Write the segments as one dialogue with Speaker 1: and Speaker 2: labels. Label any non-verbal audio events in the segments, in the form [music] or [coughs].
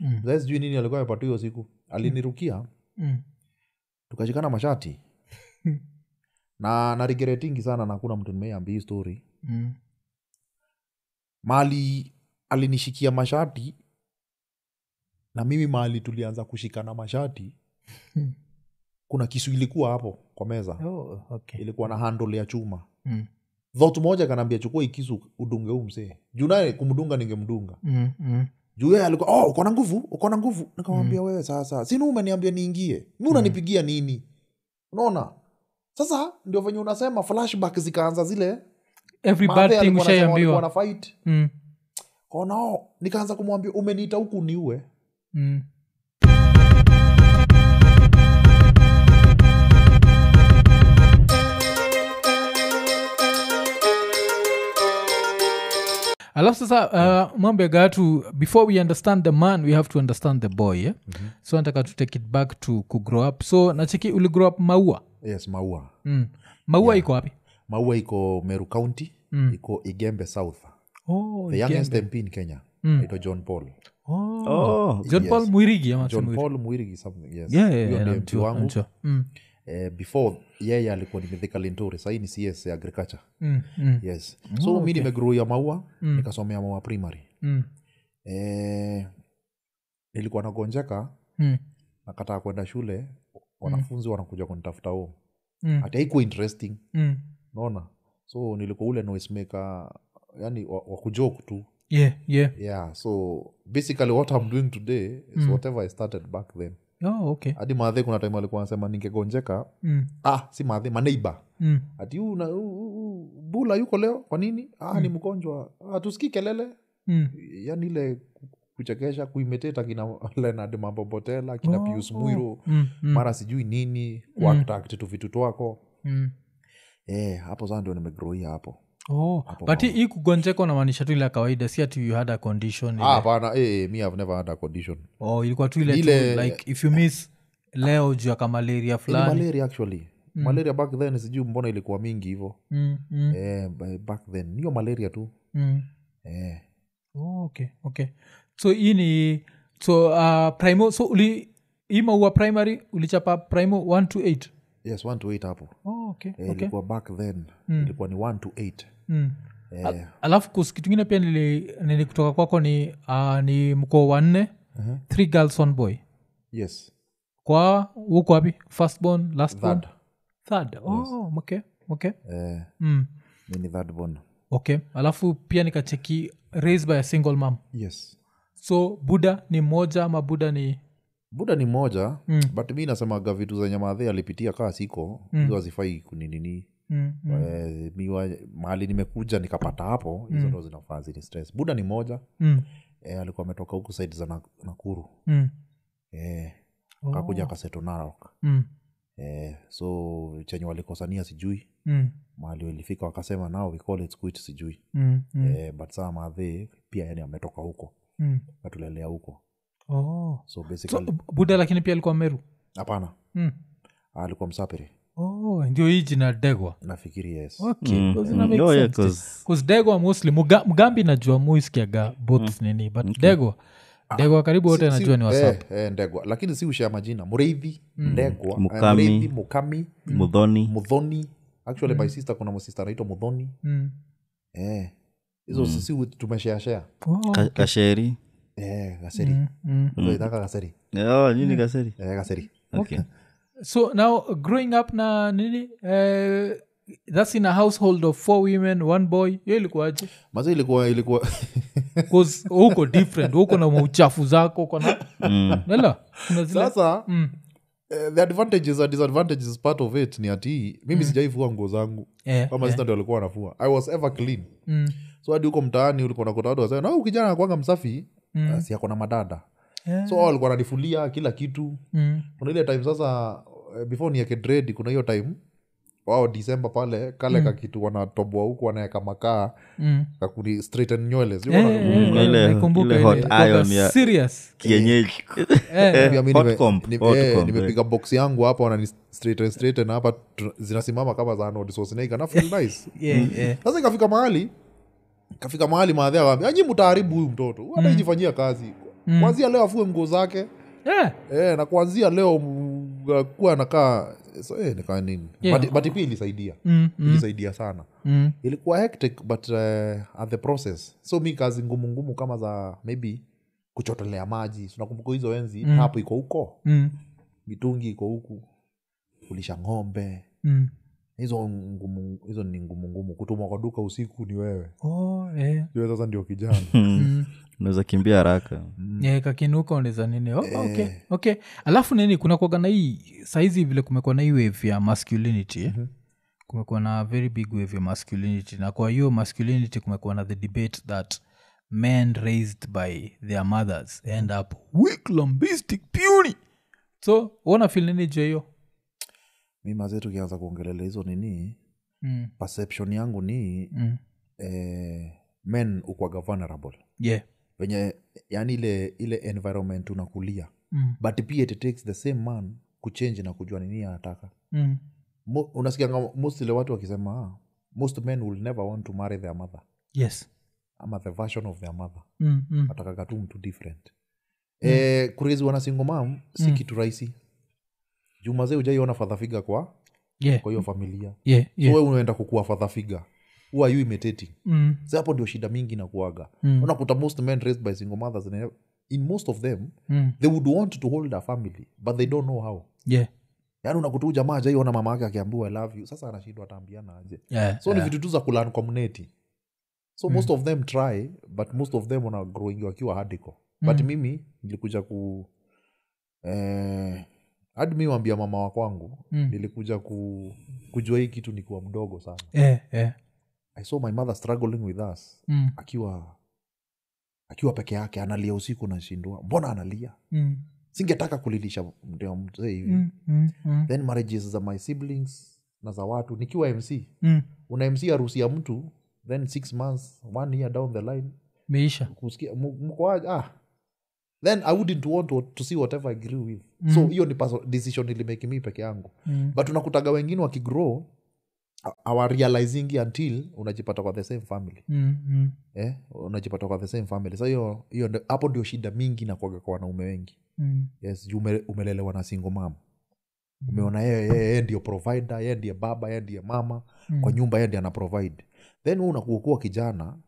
Speaker 1: mm. sijui nini alikuwa amepatiwa hiyo siku alinirukia mm.
Speaker 2: mm.
Speaker 1: tukashikana mashati na narigeretingi sana na kuna mtu nimeambia hii story
Speaker 2: mm.
Speaker 1: mali alinishikia mashati na mimi mali tulianza kushikana mashati kuna kisu ilikuwa hapo kwa meza
Speaker 2: Oh, okay.
Speaker 1: ilikuwa na handle ya chuma
Speaker 2: mm.
Speaker 1: thot moja kanaambia chukua hii kisu udunge huu msee juu naye kumdunga ningemdunga
Speaker 2: Mm, mm.
Speaker 1: juu yeye alikuwa oh, uko na nguvu uko na nguvu nikamwambia wewe sasa sini umeniambia niingie
Speaker 2: Mm.
Speaker 1: mi unanipigia nini unaona sasa ndio venye unasema flashback zikaanza zile
Speaker 2: every
Speaker 1: Mathe
Speaker 2: bad thing
Speaker 1: alikuwa anasema walikuwa
Speaker 2: ushaiambiwa
Speaker 1: na fight
Speaker 2: mm.
Speaker 1: Kaona, oh, nikaanza kumwambia umeniita huku niue
Speaker 2: mm. alafu sasa uh, mambo ya gatu before we understand the man we have to understand the boy eh? mm-hmm. so nataka to take it back to kugrow up so nachiki uli grow up maua
Speaker 1: yes maua
Speaker 2: mm. maua iko wapi
Speaker 1: maua iko meru county mm. iko igembe south
Speaker 2: oh,
Speaker 1: the
Speaker 2: Igembe.
Speaker 1: youngest mp in kenya mm. aitwa john paul
Speaker 2: oh.
Speaker 3: oh,
Speaker 2: john
Speaker 1: yes.
Speaker 2: paul mwirigi ama
Speaker 1: john
Speaker 2: Mwirigi?
Speaker 1: paul mwirigi something yes
Speaker 2: Yeah, yeah,
Speaker 1: Huyo
Speaker 2: yeah,
Speaker 1: ndiye
Speaker 2: namjua,
Speaker 1: MP wangu.
Speaker 2: namjua. Mm,
Speaker 1: eh, before yeye alikuwa ni mithika linturi sahii ni cs agriculture
Speaker 2: mm, mm,
Speaker 1: yes so mi nimegroia maua nikasomea maua primary
Speaker 2: mm,
Speaker 1: eh, nilikuwa nagonjeka
Speaker 2: mm,
Speaker 1: nakataa kwenda shule wanafunzi wanakuja kunitafuta huo
Speaker 2: Mm.
Speaker 1: hata ikuwa interesting
Speaker 2: mm.
Speaker 1: naona so nilikuwa ule noismaker yani wakujoke tu
Speaker 2: yeah yeah
Speaker 1: yeah so basically what i'm doing today is whatever i started back then
Speaker 2: oh, okay
Speaker 1: hadi maadhe kuna time alikuwa anasema ningegonjeka
Speaker 2: mm,
Speaker 1: ah si maadhe maneiba
Speaker 2: mm,
Speaker 1: ati "Uu, na- uu, uu, uu, bula yuko leo kwa nini ah, ni mgonjwa ah, tusikii kelele
Speaker 2: mm.
Speaker 1: yani Yaani ile ku- kuchekesha kuimeteta kina [laughs] lenard mambobotela kina oh, Mm. pius mwiro
Speaker 2: mm, mm.
Speaker 1: mara sijui nini kuact tu vitu twako
Speaker 2: Mm.
Speaker 1: Eh, hapo saa ndio nimegroia hapo
Speaker 2: Oh, but hii- hii kugonjeka unamaanisha tu ile ya kawaida si ati you had a condition ile.
Speaker 1: Ah, hapana eh, eh, me have never had a condition Yaani
Speaker 2: oh, ilikuwa tu ile, tu,
Speaker 1: Ile-
Speaker 2: like if you miss leo juu ya kamalaria
Speaker 1: Ni
Speaker 2: fulani
Speaker 1: malaria actually malaria back then sijui mbona ilikuwa mingi hivo
Speaker 2: mm, mm,
Speaker 1: eh, b- back then niyo malaria tu
Speaker 2: mm.
Speaker 1: eh.
Speaker 2: oh, okay okay so hii ni so uh, primo so uli hii maua primary ulichapa primo 1 to 8
Speaker 1: yes one to eight hapo
Speaker 2: oh, okay,
Speaker 1: eh,
Speaker 2: okay.
Speaker 1: ilikuwa back then ilikuwa ni one to eight
Speaker 2: Mm.
Speaker 1: eh,
Speaker 2: alafu kus- kitu ingine pia nili, nili kutoka kwako ni uh, ni mkoo wanne uh-huh. three girls one boy
Speaker 1: yes
Speaker 2: kwa huko wapi first born last born
Speaker 1: Third.
Speaker 2: third oh okay okay
Speaker 1: eh,
Speaker 2: mm.
Speaker 1: mini that born
Speaker 2: okay alafu pia nikacheki raised by a single mom
Speaker 1: yes
Speaker 2: so buda ni moja ama buda ni hmm,
Speaker 1: buda ni moja mm. but mi nasemaga vitu zenye madhe alipitia kaa siko mm. hizo hazifai kuninini
Speaker 2: mm, mm,
Speaker 1: Eh, miwa mahali nimekuja nikapata hapo hizo ndo zinafaa zini stress buda ni moja
Speaker 2: mm,
Speaker 1: eh, alikuwa ametoka huku saidi za Na- nakuru
Speaker 2: mm,
Speaker 1: eh,
Speaker 2: Oh.
Speaker 1: kakuja akaseto narok
Speaker 2: mm,
Speaker 1: eh, so chenye walikosania sijui
Speaker 2: mm,
Speaker 1: mahali walifika wakasema nao we call it quit sijui
Speaker 2: mm, mm,
Speaker 1: eh, but saa madhe pia yani ametoka huko
Speaker 2: mm.
Speaker 1: katulelea huko
Speaker 2: Oh.
Speaker 1: so
Speaker 2: so
Speaker 1: basically
Speaker 2: bu- buda lakini pia alikuwa meru
Speaker 1: hapana
Speaker 2: mm.
Speaker 1: alikuwa msapiri
Speaker 2: oh, ndio hii jina degwa
Speaker 1: nafikiri yes
Speaker 2: okay.
Speaker 3: Mm.
Speaker 2: Because ina make
Speaker 3: Oh, yeah,
Speaker 2: sense.
Speaker 3: 'cause-
Speaker 2: 'Cause degwa mostly Muga- mgambi najua muiskiaga both
Speaker 3: Mm.
Speaker 2: nini but degwa degwa karibu wote
Speaker 1: Si-
Speaker 2: najua ni Mm. wasap
Speaker 1: eh, eh, ndegwa lakini si ushea majina mreithi ndegwa eh,
Speaker 3: Mukami.
Speaker 1: Mreithi, mukami
Speaker 3: mudhoni
Speaker 1: mudhoni actually my sister kuna msiste anaitwa mudhoni
Speaker 2: mm.
Speaker 1: eh, hizo sisi tumesheashea
Speaker 2: oh.
Speaker 3: Ka- kasheri
Speaker 1: eh, gaseri mm.
Speaker 2: mm.
Speaker 1: gaseri
Speaker 3: Oh, nini kaseri
Speaker 1: eh, gaseri
Speaker 3: okay.
Speaker 2: so now growing up na nini eh, thats in a household of four women one boy yo ilikuwaje
Speaker 1: mazi ilikuwa ilikuwa
Speaker 2: 'Cause huko different huko na mauchafu zako uko na
Speaker 3: Mm.
Speaker 2: nela kuna zile
Speaker 1: sasa
Speaker 2: Mm.
Speaker 1: eh, the advantages and disadvantages part of it ni ati mimi sijaifua nguo zangu
Speaker 2: Mm. Eh,
Speaker 1: kama sista ndio alikuwa anafua i was ever clean
Speaker 2: mm,
Speaker 1: so hadi huko mtaani ulikuwa nakuta watu wasema na ukijana anakuanga msafi mm. si ako na madada
Speaker 2: Yeah.
Speaker 1: so hao walikuwa wananifulia kila kitu
Speaker 2: mm,
Speaker 1: kuna ile time sasa eh, before nieke dread kuna hiyo time wao disemba pale kale mm. kakitu wanatoboa huku wanaeka makaa
Speaker 2: mm.
Speaker 1: kakuni straighten nywele sijui
Speaker 2: Eh,
Speaker 1: wana-
Speaker 2: eh,
Speaker 3: Mm, ile-
Speaker 2: naikumbuka
Speaker 3: ile
Speaker 2: ile.
Speaker 3: hot
Speaker 2: Ilikuwaga
Speaker 3: iron ya-
Speaker 2: serious
Speaker 3: kienyeji
Speaker 2: [laughs] Eh,
Speaker 1: Pia mi
Speaker 3: Hot
Speaker 1: nime-
Speaker 3: comb,
Speaker 1: ni-
Speaker 3: hot
Speaker 1: eh,
Speaker 3: comb,
Speaker 1: nimepiga box yangu hapa wanani straighten straighten hapa tu- zinasimama kama za Arnold Schwarzenegger na feel nice
Speaker 3: Mm.
Speaker 2: yeah, yeah.
Speaker 1: sasa
Speaker 2: Mm.
Speaker 1: ikafika mahali ikafika mahali maadhi akaambia nyi mtaharibu huyu mtoto hata ijifanyia kazi mm. kwanzia leo afue nguo zake
Speaker 2: yeah.
Speaker 1: e, na kuanzia leo mm, uh, kuwa anakaa so, e, nikaa nini
Speaker 2: Yeah.
Speaker 1: but, but pia ilisaidia
Speaker 2: mm, mm,
Speaker 1: ilisaidia sana
Speaker 2: mm.
Speaker 1: ilikuwa hectic but uh, at the process so mi kazi ngumu ngumu kama za maybe kuchotelea maji sunakumbuka hizo enzi mm. hapo iko huko
Speaker 2: Mm,
Speaker 1: mitungi iko huku kulisha ng'ombe
Speaker 2: mm.
Speaker 1: hizo ngumu hizo ni ngumu ngumu kutumwa kwa duka usiku ni wewe
Speaker 2: Oh, eh.
Speaker 1: Wewe sasa ndio kijana
Speaker 3: Mm.
Speaker 1: Mm.
Speaker 3: unaweza kimbia haraka
Speaker 2: Eh, kakinuka unaeza nini oh,
Speaker 1: Eh.
Speaker 2: okay, okay. alafu nini kuna kuaga na hii saizi vile kumekuwa na hii wave ya masculinity
Speaker 1: Mhm.
Speaker 2: mm-hmm. kumekuwa na very big wave ya masculinity na kwa hiyo masculinity kumekuwa na the debate that men raised by their mothers end up weak lambistic puny so wona fil nini juu ya hiyo
Speaker 1: mi mazee tukianza kuongelelea hizo nini
Speaker 2: mm.
Speaker 1: perception yangu ni
Speaker 2: Mm.
Speaker 1: eh, men ukwaga vulnerable
Speaker 2: yeah.
Speaker 1: venye yani ile ile environment unakulia
Speaker 2: mm.
Speaker 1: but pia it takes the same man kuchange na kujua nini anataka
Speaker 2: Mm.
Speaker 1: Mo- unasikianga mostly watu wakisema ah, most men will never want to marry their mother
Speaker 2: yes
Speaker 1: ama the version of their mother
Speaker 2: mm. Mm.
Speaker 1: atakaga tu mtu different mm. e, kureziwa na single mom si mm. kitu rahisi jumazee ujaiona fadhafiga kwa
Speaker 2: yeah
Speaker 1: kwa hiyo familia
Speaker 2: yeah yeah
Speaker 1: yeah. unaenda kukua fadhafiga huwa you imitating
Speaker 2: mm.
Speaker 1: sa hapo ndio shida mingi nakuaga
Speaker 2: Mm.
Speaker 1: unakuta most men raised by single mothers and in most of them
Speaker 2: Mm.
Speaker 1: they would want to hold a family but they don't know how
Speaker 2: yeah
Speaker 1: yaani unakuta huyu jamaa ajaiona mama yake akiambiwa i love you sasa anashindwa ataambiana aje
Speaker 2: yeah
Speaker 1: so ni
Speaker 2: yeah.
Speaker 1: vitu tu za kulan community so most of them try but most of them wana growing wakiwa hadiko but
Speaker 2: Mm.
Speaker 1: mimi nilikuja ku eh, hadi mi wambia mama wa kwangu
Speaker 2: Mm.
Speaker 1: nilikuja ku, kujua hii kitu nikiwa mdogo sana
Speaker 2: yeah yeah
Speaker 1: i saw my mother struggling with us
Speaker 2: Eh, mm.
Speaker 1: akiwa akiwa peke yake analia usiku nashindua mbona analia
Speaker 2: Mm.
Speaker 1: singetaka kulilisha ndio mzee hivi
Speaker 2: Mm, mm, mm,
Speaker 1: then marriages za my siblings na za watu nikiwa mc
Speaker 2: mm.
Speaker 1: una mc harusi ya mtu then six months one year down the line
Speaker 2: meisha
Speaker 1: kusikia mu- mko aje? ah. then i wouldn't want to, to see whatever I grew with so hiyo ni perso- decision ilimeki mi peke yangu
Speaker 2: Mm.
Speaker 1: but unakutaga wengine wakigrow awarealizingi until unajipata kwa the same family
Speaker 2: Mm, mm.
Speaker 1: eh? unajipata kwa the same family sa hiyo hiyo ndio- hapo ndio shida mingi nakwaga kwa wanaume wengi
Speaker 2: Mm.
Speaker 1: yes juu ume, umelelewa na singo mama umeona yeye yeye yeye ndio provider yeye ndiye baba yeye ndiye mama mm.
Speaker 2: Mm-hmm.
Speaker 1: kwa nyumba yeye ndiye ana provide then wewe unakuokuwa kijana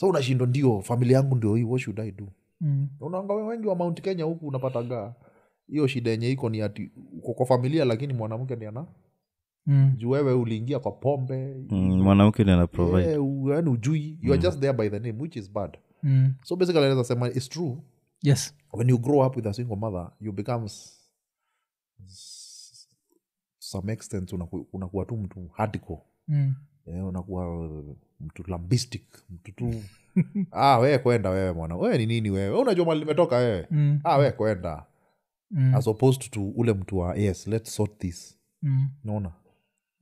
Speaker 1: so unashindwa ndio familia yangu ndio hii what should i do
Speaker 2: Mm.
Speaker 1: unaanga wengi wa mount kenya huku unapataga hiyo shida yenye iko ni ati uko kwa familia lakini mwanamke ndi ana
Speaker 2: Mm.
Speaker 1: juu wewe uliingia kwa pombe
Speaker 3: Mm, mwanamke ndi ana provide
Speaker 1: yeah, u- yaani ujui you are just there by the name which is bad
Speaker 2: Mm.
Speaker 1: so basically naweza sema it's true
Speaker 2: yes
Speaker 1: when you grow up with a single mother you become s- s- some extent unaku- unakuwa tu mtu hardcore
Speaker 2: Mm.
Speaker 1: Eh, unakuwa uh, mtu lambistic mtu tu
Speaker 2: [laughs]
Speaker 1: ah, wee kwenda wewe mwana wewe ni nini wewe Wewe unajua mali limetoka wewe
Speaker 2: Mm.
Speaker 1: ah, wee kwenda
Speaker 2: Mm.
Speaker 1: as opposed to ule mtu wa yes let's sort this
Speaker 2: Mm.
Speaker 1: naona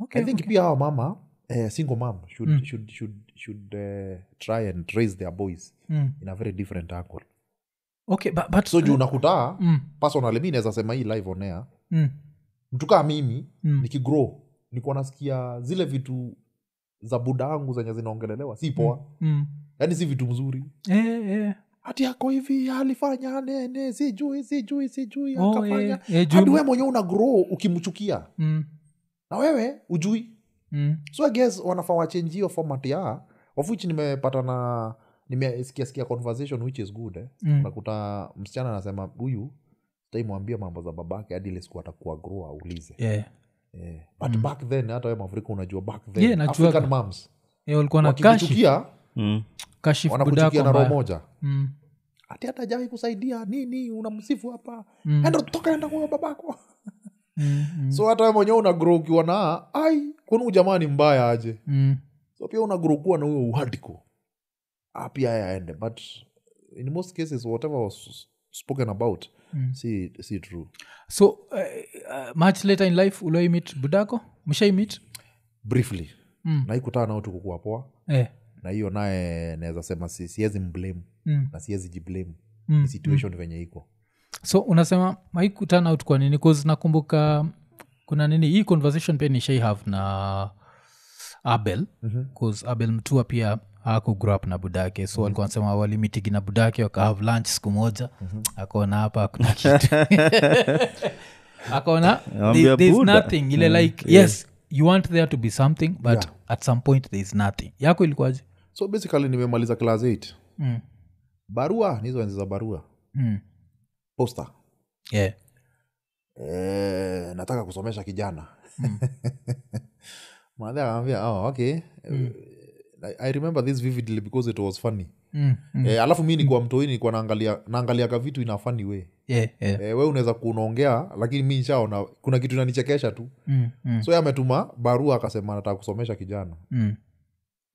Speaker 2: Okay,
Speaker 1: i think
Speaker 2: okay.
Speaker 1: pia hawa mama eh, single mom should,
Speaker 2: Mm.
Speaker 1: should, should, should eh, try and raise their boys
Speaker 2: Mm.
Speaker 1: in a very different angle
Speaker 2: okay but, but
Speaker 1: so juu unakuta
Speaker 2: Mm.
Speaker 1: personally mi naweza sema hii live on air
Speaker 2: Mm.
Speaker 1: mtu kaa mimi
Speaker 2: Mm.
Speaker 1: nikigrow nikuwa nasikia zile vitu za buda wangu zenye zinaongelelewa si poa
Speaker 2: Mm.
Speaker 1: yaani si vitu mzuri
Speaker 2: Eh, eh.
Speaker 1: hati ako hivi alifanya nene sijui sijui sijui
Speaker 2: Oh,
Speaker 1: akafanya
Speaker 2: eh, eh, juu-
Speaker 1: hadi we mwenyewe una grow ukimchukia
Speaker 2: Mm.
Speaker 1: na wewe ujui
Speaker 2: Mm.
Speaker 1: so I guess wanafaa wachenji hiyo format ya of which nimepata na nimesikia sikia conversation which is good eh.
Speaker 2: Mm.
Speaker 1: unakuta msichana anasema huyu taimwambia mambo za babake hadi ile siku atakuwa grow aulize
Speaker 2: Yeah.
Speaker 1: eh. but back then hata we mafrika unajua back
Speaker 2: Mm. Yeah,
Speaker 1: then
Speaker 2: najuaga.
Speaker 1: African moms
Speaker 2: Eh, walikuwa na kashi
Speaker 1: wakikuchukia
Speaker 3: Mm.
Speaker 2: kashifu
Speaker 1: wanakuchukia
Speaker 2: budako
Speaker 1: na roho
Speaker 2: mbaya.
Speaker 1: moja
Speaker 2: Mm.
Speaker 1: ati hata jawai kusaidia nini unamsifu hapa
Speaker 2: Mm.
Speaker 1: enda toka enda kwa babako
Speaker 2: Mm. Mm.
Speaker 1: so hata wewe mwenyewe unagrow ukiwa na ai kwani huyu jamaa ni mbaya aje
Speaker 2: Mm.
Speaker 1: so pia unagrow kuwa na huyo uhadiko ah, pia haya aende but in most cases whatever was spoken about
Speaker 2: Mm.
Speaker 1: si, si true
Speaker 2: so eh, eh, much later in life uloimit budako mshaimit
Speaker 1: briefly
Speaker 2: Mm.
Speaker 1: naikutana nao tukukuwa poa
Speaker 2: eh.
Speaker 1: na hiyo naye naweza sema si, siwezi mblame
Speaker 2: Mm.
Speaker 1: na siwezi jiblame
Speaker 2: Mm.
Speaker 1: Ni situation venye iko
Speaker 2: so unasema maikutana out kwa nini bcause nakumbuka kuna nini hii Mhm. conversation pia nishai have na abel bcause abel mtua pia akugrow up na budake so walikuwa nasema walimitigi na budake wakahave lunch siku moja akaona hapa akuna kitu [laughs] akaona
Speaker 3: Ambia
Speaker 2: "There- there's
Speaker 3: Buddha."
Speaker 2: nothing ile like yes you want there to be something but at some point there is nothing yako ilikuwaje
Speaker 1: so basically nimemaliza class 8
Speaker 2: mm.
Speaker 1: barua nizo enzi za barua
Speaker 2: Mm.
Speaker 1: poster
Speaker 2: yeah.
Speaker 1: eh, nataka kusomesha kijana [laughs] mwanadhe akamwambia oh, okay mm. I, i remember this vividly because it was funny
Speaker 2: Mm. Mm.
Speaker 1: mm. eh, alafu mi nikuwa mtoi nikuwa naangalia naangaliaga vitu ina funny way
Speaker 2: Yeah, yeah.
Speaker 1: eh, we unaweza kunaongea lakini mi nishaona kuna kitu inanichekesha tu
Speaker 2: Mm. Mm.
Speaker 1: so ye ametuma barua akasema nataka kusomesha kijana
Speaker 2: Mm.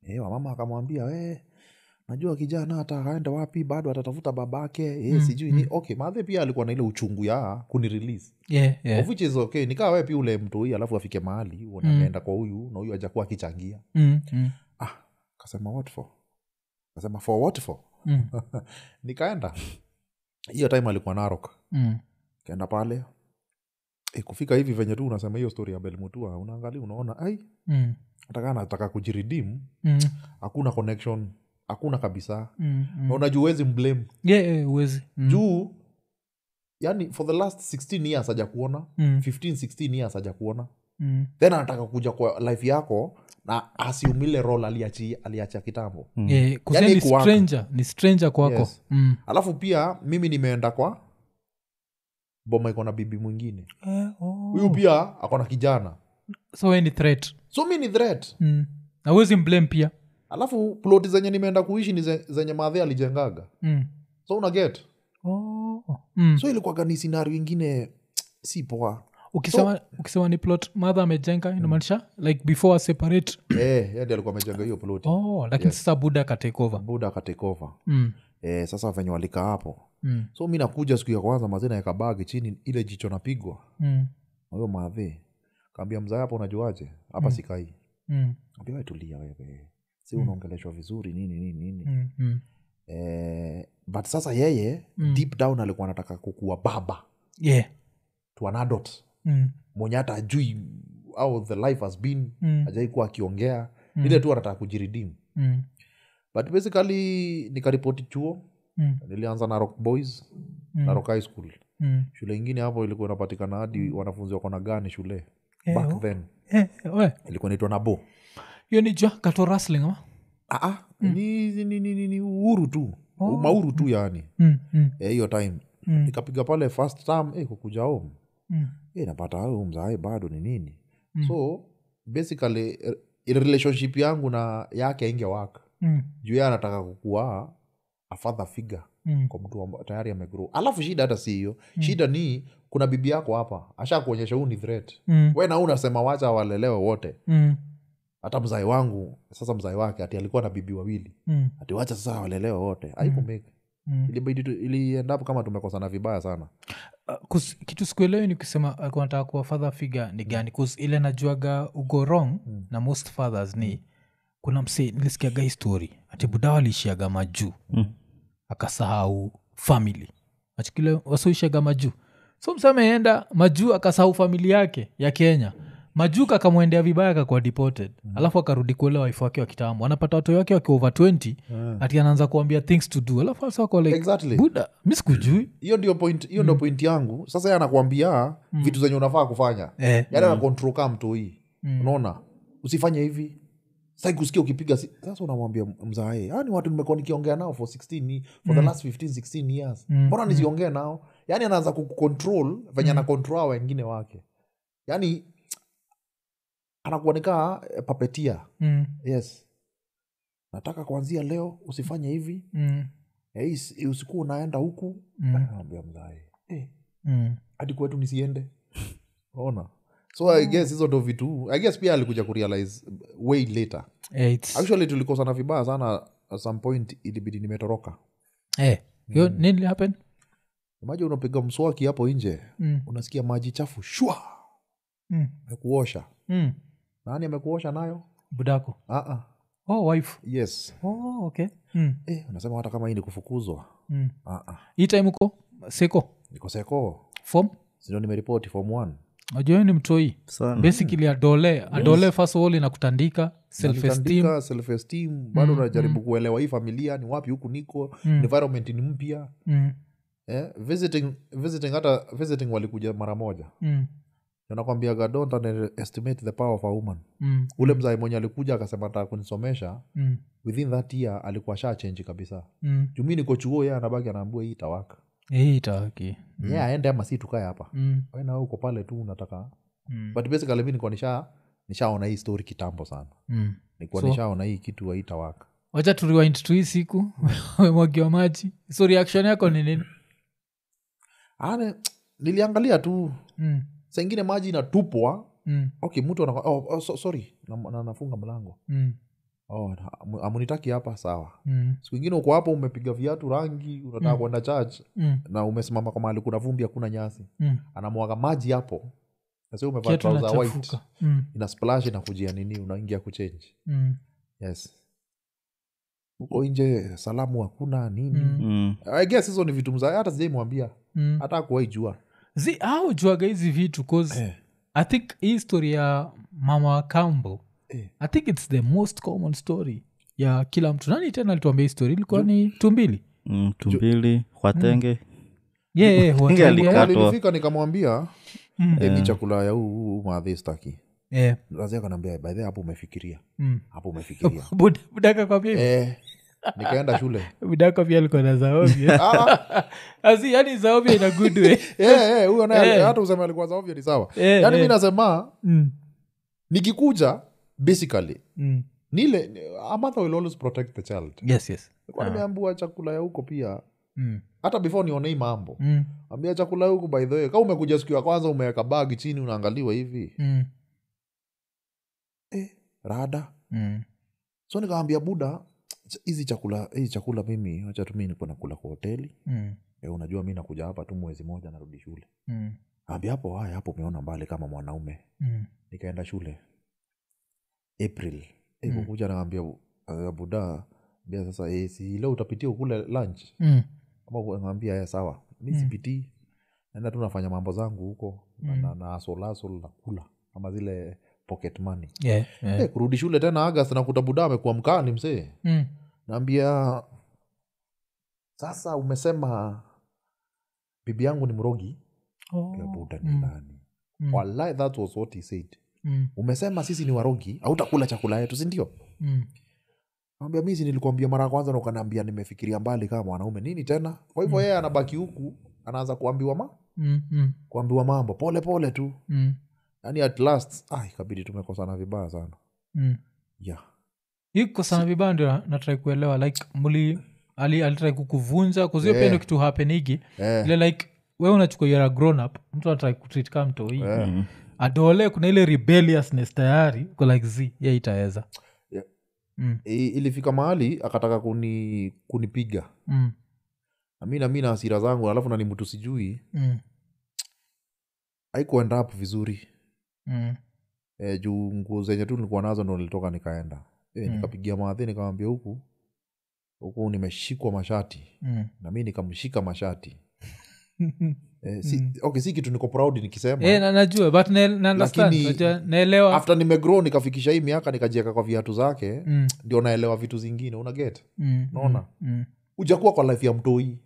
Speaker 1: e, wamama akamwambia we najua kijana hata aende wapi bado atatafuta babake e,
Speaker 2: Mm,
Speaker 1: sijui ni okay madhe pia alikuwa na ile uchungu ya kunirelease
Speaker 2: Yeah, yeah.
Speaker 1: of which is okay nikaa we pia ule mtu huyu alafu afike mahali uone
Speaker 2: Eh. Mm.
Speaker 1: ameenda kwa huyu na huyu ajakuwa akichangia
Speaker 2: Mm. Mm.
Speaker 1: ah kasema what for kasema for what for
Speaker 2: Mm.
Speaker 1: nikaenda hiyo time alikuwa narok
Speaker 2: Mm.
Speaker 1: kaenda pale e, kufika hivi venye tu unasema hiyo story ya belmutua unaangalia unaona ai
Speaker 2: Mm.
Speaker 1: hatakaa nataka kujiredeem
Speaker 2: Mm.
Speaker 1: hakuna connection hakuna kabisa
Speaker 2: Mm. Mm.
Speaker 1: na unajua uwezi mblame
Speaker 2: Yeah, yeah, huwezi. Mm.
Speaker 1: juu yani for the last 16 years haja kuona
Speaker 2: Mm.
Speaker 1: 15 16 years haja kuona
Speaker 2: Mm.
Speaker 1: then anataka kuja kwa life yako na asiumile rol aliachi- aliacha kitambo
Speaker 3: mm,
Speaker 2: Yeah, kusia
Speaker 1: Yaani
Speaker 2: ni
Speaker 1: kuwako.
Speaker 2: stranger ni stranger kwako
Speaker 1: Yes.
Speaker 2: mm.
Speaker 1: alafu pia mimi nimeenda kwa boma iko na bibi mwingine
Speaker 2: Oh.
Speaker 1: huyu pia akona kijana
Speaker 2: so we ni threat
Speaker 1: so mi ni threat
Speaker 2: mm. na huwezi mblame pia
Speaker 1: alafu ploti zenye nimeenda kuishi ni ze- zenye madhe alijengaga
Speaker 2: mm.
Speaker 1: so una get
Speaker 2: Mm.
Speaker 1: Oh. so ilikuwaga ni sinario ingine si
Speaker 2: [coughs]
Speaker 1: poa
Speaker 2: ukisema ukisema ni plot mother amejenga inamaanisha like before a separate
Speaker 1: eh, yandi alikuwa amejenga hiyo ploti
Speaker 2: oh, lakini sasa buda ka take over
Speaker 1: buda akatekover
Speaker 2: mm.
Speaker 1: eh, sasa venye walika hapo
Speaker 2: Mm.
Speaker 1: so mi nakuja siku ya kwanza mazee naeka bagi chini ile jicho napigwa
Speaker 2: Mm.
Speaker 1: na huyo madhe kaambia mzaa hapo unajuaje hapa mm. sikai
Speaker 2: Mm.
Speaker 1: ambia wetulia wewe si unaongeleshwa vizuri nini nini nini mm.
Speaker 2: Mm. Mm.
Speaker 1: eh, but sasa yeye
Speaker 2: Mm.
Speaker 1: mm. deep down alikuwa anataka kukuwa baba
Speaker 2: yeah
Speaker 1: to an adult
Speaker 2: mm.
Speaker 1: mwenye hata ajui au the life has been
Speaker 2: Mm.
Speaker 1: ajai kuwa akiongea
Speaker 2: Mm.
Speaker 1: ile tu anataka kujiridimu
Speaker 2: Mm.
Speaker 1: but basically nikaripoti chuo
Speaker 2: Mm.
Speaker 1: nilianza na rock boys
Speaker 2: Mm.
Speaker 1: na rock high school
Speaker 2: Mm.
Speaker 1: shule ingine hapo ilikuwa inapatikana hadi wanafunzi wako na gani shule
Speaker 2: Eh, oh.
Speaker 1: back then
Speaker 2: Eh, we,
Speaker 1: ilikuwa inaitwa nabo
Speaker 2: hiyo ni jua kato wrestling ama
Speaker 1: Aa, ni, ni, ni, ni, ni uhuru tu oh. mauru tu yaani
Speaker 2: mm. Mm.
Speaker 1: Eh, hiyo time
Speaker 2: Mm.
Speaker 1: nikapiga pale first term eh, kukuja home
Speaker 2: Mm.
Speaker 1: eh, napata au mzae bado ni nini mm. so basically eh, ile relationship yangu na yake ingewaka
Speaker 2: Mm.
Speaker 1: juu yeye anataka kukuwa a father figure
Speaker 2: Mm.
Speaker 1: kwa mtu amba- tayari amegrow alafu shida hata si hiyo shida ni kuna bibi yako hapa asha kuonyesha huu ni threat
Speaker 2: Mm.
Speaker 1: we na huu unasema wacha walelewe wote
Speaker 2: Mm.
Speaker 1: hata mzai wangu sasa mzai wake ati alikuwa na bibi wawili
Speaker 2: Mm.
Speaker 1: ati wacha sasa walelewe wote aikumeka
Speaker 2: Mm.
Speaker 1: ilibidi tu- iliendapo kama tumekosana vibaya sana
Speaker 2: Uh, 'cause kitu sikuelewi ni kusema alikuwa nataka kuwa father figure ni gani 'Cause ile najuaga ugo wrong na most fathers ni kuna msee nilisikiaga hii story ati budawa aliishiaga majuu
Speaker 3: Mm.
Speaker 2: akasahau family achikile wasuishaga majuu so msee ameenda majuu akasahau famili yake ya kenya majuu kakamwendea vibaya akakuwa deported mm. alafu akarudi kuolewa waifu wake wa kitambo anapata watoi wake wakiwa over 20 ati anaanza kuambia things to do alafu asaako like
Speaker 1: Exactly.
Speaker 2: buda mi sikujui
Speaker 1: hiyo ndio point hiyo ndio point yangu sasa yeye anakuambia vitu zenye unafaa kufanya
Speaker 2: eh,
Speaker 1: yani anakontrol kaa Yaani mtu hii unaona usifanye hivi sai kusikia ukipiga si... sasa unamwambia mzae ni watu nimekuwa nikiongea nao for 16 for the last 15 16 years mbona nisiongee nao yani anaanza kucontrol venye anakontrol hao wengine wake yani anakuwa nikaa eh, papetia
Speaker 2: mm,
Speaker 1: yes nataka kuanzia leo usifanye hivi
Speaker 2: mm,
Speaker 1: Eh, is- usiku unaenda huku
Speaker 2: Mm.
Speaker 1: Anaambia mzae eh,
Speaker 2: mm.
Speaker 1: hadi kwetu nisiende unaona so i guess hizo ndo vitu i guess pia alikuja kurealize way later
Speaker 2: Eh, it's-
Speaker 1: actually tulikosana vibaya sana at some point ilibidi nimetoroka
Speaker 2: eh, hiyo nini happen
Speaker 1: maji unapiga mswaki hapo nje
Speaker 2: Mm,
Speaker 1: unasikia maji chafu shwa
Speaker 2: mm,
Speaker 1: amekuosha
Speaker 2: mm.
Speaker 1: nani amekuosha nayo
Speaker 2: budako
Speaker 1: Aa,
Speaker 2: oh wife
Speaker 1: yes
Speaker 2: oh, okay mm,
Speaker 1: eh, unasema hata kama hii ni kufukuzwa
Speaker 2: mm.
Speaker 1: Aa,
Speaker 2: hii time uko seko
Speaker 1: nikoseko
Speaker 2: form
Speaker 1: sindo nimeripoti form one
Speaker 2: najua ni mtoi
Speaker 1: Mm-hmm.
Speaker 3: sana
Speaker 2: basically adole adole first of all inakutandika self esteem
Speaker 1: Nalitandika, self-esteem, bado unajaribu kuelewa hii familia ni wapi huku niko environment ni mpya
Speaker 2: mm,
Speaker 1: eh? visiting, visiting hata visiting walikuja mara moja
Speaker 2: mm,
Speaker 1: nakwambiaga don't underestimate the power of a woman
Speaker 2: mm,
Speaker 1: ule mzae mwenye alikuja akasema taka kunisomesha
Speaker 2: mm,
Speaker 1: within that year alikuwa shachenji kabisa
Speaker 2: mm.
Speaker 1: jumi niko chuo ye anabaki anaambua hii itawaka
Speaker 2: hii itawaki
Speaker 1: mm. ye aende ama si tukae hapa
Speaker 2: Mm,
Speaker 1: Wewe na wewe uko pale tu unataka
Speaker 2: mm,
Speaker 1: but basically mi nikuwa nisha nishaona hii story kitambo sana
Speaker 2: mm.
Speaker 1: nikuwa
Speaker 2: So-
Speaker 1: nishaona hii kitu haitawaka
Speaker 2: wacha turiwind tu hii siku [laughs] wemwagiwa maji so reaction yako ni nini
Speaker 1: Ane, niliangalia tu
Speaker 2: mm,
Speaker 1: saingine maji inatupwa
Speaker 2: mm,
Speaker 1: okay mtu anakwa- oh, oh, so, sorry na, na, nafunga mlango
Speaker 2: mm,
Speaker 1: oh, na- amu- amunitaki hapa sawa
Speaker 2: mm,
Speaker 1: siku ingine uko hapo umepiga viatu rangi unataka
Speaker 2: Mm.
Speaker 1: kwenda church
Speaker 2: mm,
Speaker 1: na umesimama kwa mahali kuna vumbi hakuna nyasi
Speaker 2: mm.
Speaker 1: anamwaga maji hapo nasi umevaa
Speaker 2: Kiatu
Speaker 1: trouser white
Speaker 2: inachafuka. Mm,
Speaker 1: ina splash inakujia nini unaingia kuchange
Speaker 2: mm,
Speaker 1: yes huko nje salamu hakuna nini
Speaker 2: mm,
Speaker 3: Mm.
Speaker 1: i guess hizo ni vitu mzae hata sijaimwambia
Speaker 2: mm.
Speaker 1: hata kuwaijua
Speaker 2: zi au juaga hizi vitu cause i think hii story ya mama kambo
Speaker 1: Eh.
Speaker 2: i think its the most common story ya kila mtu nani tena alituambia hii story ilikuwa ni tumbili
Speaker 3: Mm, tumbili kwatenge
Speaker 2: Yeah, yeah,
Speaker 3: Inge
Speaker 2: watenge-
Speaker 3: alika-
Speaker 1: Mahali
Speaker 3: Katwa.
Speaker 1: nilifika nikamwambia
Speaker 2: Mm.
Speaker 1: "Eh, ni chakula ya huu- huu madhi staki
Speaker 2: Yeah,
Speaker 1: razi akanaambia baidhe hapo umefikiria
Speaker 2: Eh, mm.
Speaker 1: hapo umefikiria
Speaker 2: [laughs] Buda- budaka kwambia hivi?
Speaker 1: eh,
Speaker 2: [laughs]
Speaker 1: nikaenda shule
Speaker 2: budaka pia alikuwa na
Speaker 1: [laughs]
Speaker 2: zaovya
Speaker 1: Ah,
Speaker 2: asi yani zaovya ina good
Speaker 1: [laughs]
Speaker 2: way
Speaker 1: eh, eh, huyo naye
Speaker 2: Eh.
Speaker 1: hata useme alikuwa zaovyo ni sawa
Speaker 2: Eh,
Speaker 1: yaani mi
Speaker 2: eh.
Speaker 1: nasema
Speaker 2: Mm,
Speaker 1: nikikuja basically
Speaker 2: mm.
Speaker 1: nile a mother will always protect the child
Speaker 2: yes yes
Speaker 1: Nilikuwa nimeambiwa chakula ya huko pia
Speaker 2: mm.
Speaker 1: hata before nione hii mambo
Speaker 2: Mm.
Speaker 1: ambia chakula ya huku by the way kama umekuja siku ya kwanza umeweka bagi chini unaangaliwa hivi Eh,
Speaker 2: Mm.
Speaker 1: rada
Speaker 2: Mm.
Speaker 1: so nikawambia buda "Ch- hizi chakula hizi chakula mimi wacha tu mi niko nakula kwa hoteli
Speaker 2: Mm.
Speaker 1: e, unajua mi nakuja hapa tu mwezi moja narudi shule
Speaker 2: Mm.
Speaker 1: ambia hapo haya hapo umeona mbali kama mwanaume
Speaker 2: Mm.
Speaker 1: nikaenda shule april e,
Speaker 2: Mm.
Speaker 1: kukuja nawambia uh, buda ambia sasa e, si leo utapitia ukule lunch
Speaker 2: Mm.
Speaker 1: ama naambia e, sawa mi
Speaker 2: Mm.
Speaker 1: sipitii naenda tu nafanya mambo zangu huko na-
Speaker 2: Mm.
Speaker 1: na- na asolasol nakula ama zile pocket money
Speaker 2: Yeah, yeah.
Speaker 1: Eh, kurudi shule tena agas nakuta buda amekuwa mkani msee
Speaker 2: Mm.
Speaker 1: naambia sasa umesema bibi yangu ni mrogi
Speaker 2: Oh.
Speaker 1: ya buda ni
Speaker 2: Mm.
Speaker 1: nani
Speaker 2: Mm.
Speaker 1: Wallahi, that was what he said
Speaker 2: Mm.
Speaker 1: umesema sisi ni warogi autakula chakula yetu sindio
Speaker 2: Mm.
Speaker 1: ambia misi nilikuambia mara ya kwanza na ukanaambia nimefikiria mbali kama mwanaume nini tena kwa hivyo yeye anabaki huku anaanza kuambiwa ma
Speaker 2: Mm. Mm.
Speaker 1: kuambiwa mambo pole pole tu
Speaker 2: Mm.
Speaker 1: yani at last ah, ikabidi tumekosana vibaya sana
Speaker 2: Mm.
Speaker 1: yeah.
Speaker 2: hii kukosana vibaya ndio natrai kuelewa like mli ali- alitrai kukuvunja kuzio
Speaker 1: Yeah.
Speaker 2: pia ndo kitu hapenigi
Speaker 1: eh,
Speaker 2: ile like we unachukua yara grown up mtu anatrai kutrit kama mtoi
Speaker 1: eh.
Speaker 3: Mm,
Speaker 2: adole kuna ile rebelliousness tayari uko like z ye itaweza
Speaker 1: Yeah.
Speaker 2: Mm,
Speaker 1: I- ilifika mahali akataka kuni, kunipiga
Speaker 2: mm,
Speaker 1: mi nami na hasira zangu alafu na ni mtu sijui
Speaker 2: mm,
Speaker 1: haikuenda up vizuri
Speaker 2: mm,
Speaker 1: e, juu nguo zenye tu nilikuwa nazo ndo nilitoka nikaenda e,
Speaker 2: Mm.
Speaker 1: nikapigia maadhi nikamwambia huku huku nimeshikwa mashati [laughs]
Speaker 2: mm.
Speaker 1: na mi nikamshika mashati e, si, okay, si kitu niko proud nikisema
Speaker 2: Mm. Eh, na- najua but na- na- understand,
Speaker 1: Lakini-
Speaker 2: najua, naelewa
Speaker 1: after nimegrow nikafikisha hii miaka nikajieka kwa viatu zake
Speaker 2: Mm,
Speaker 1: ndio naelewa vitu zingine una get
Speaker 2: mm,
Speaker 1: Unaona?
Speaker 2: mm, mm.
Speaker 1: ujakuwa kwa life ya mtoi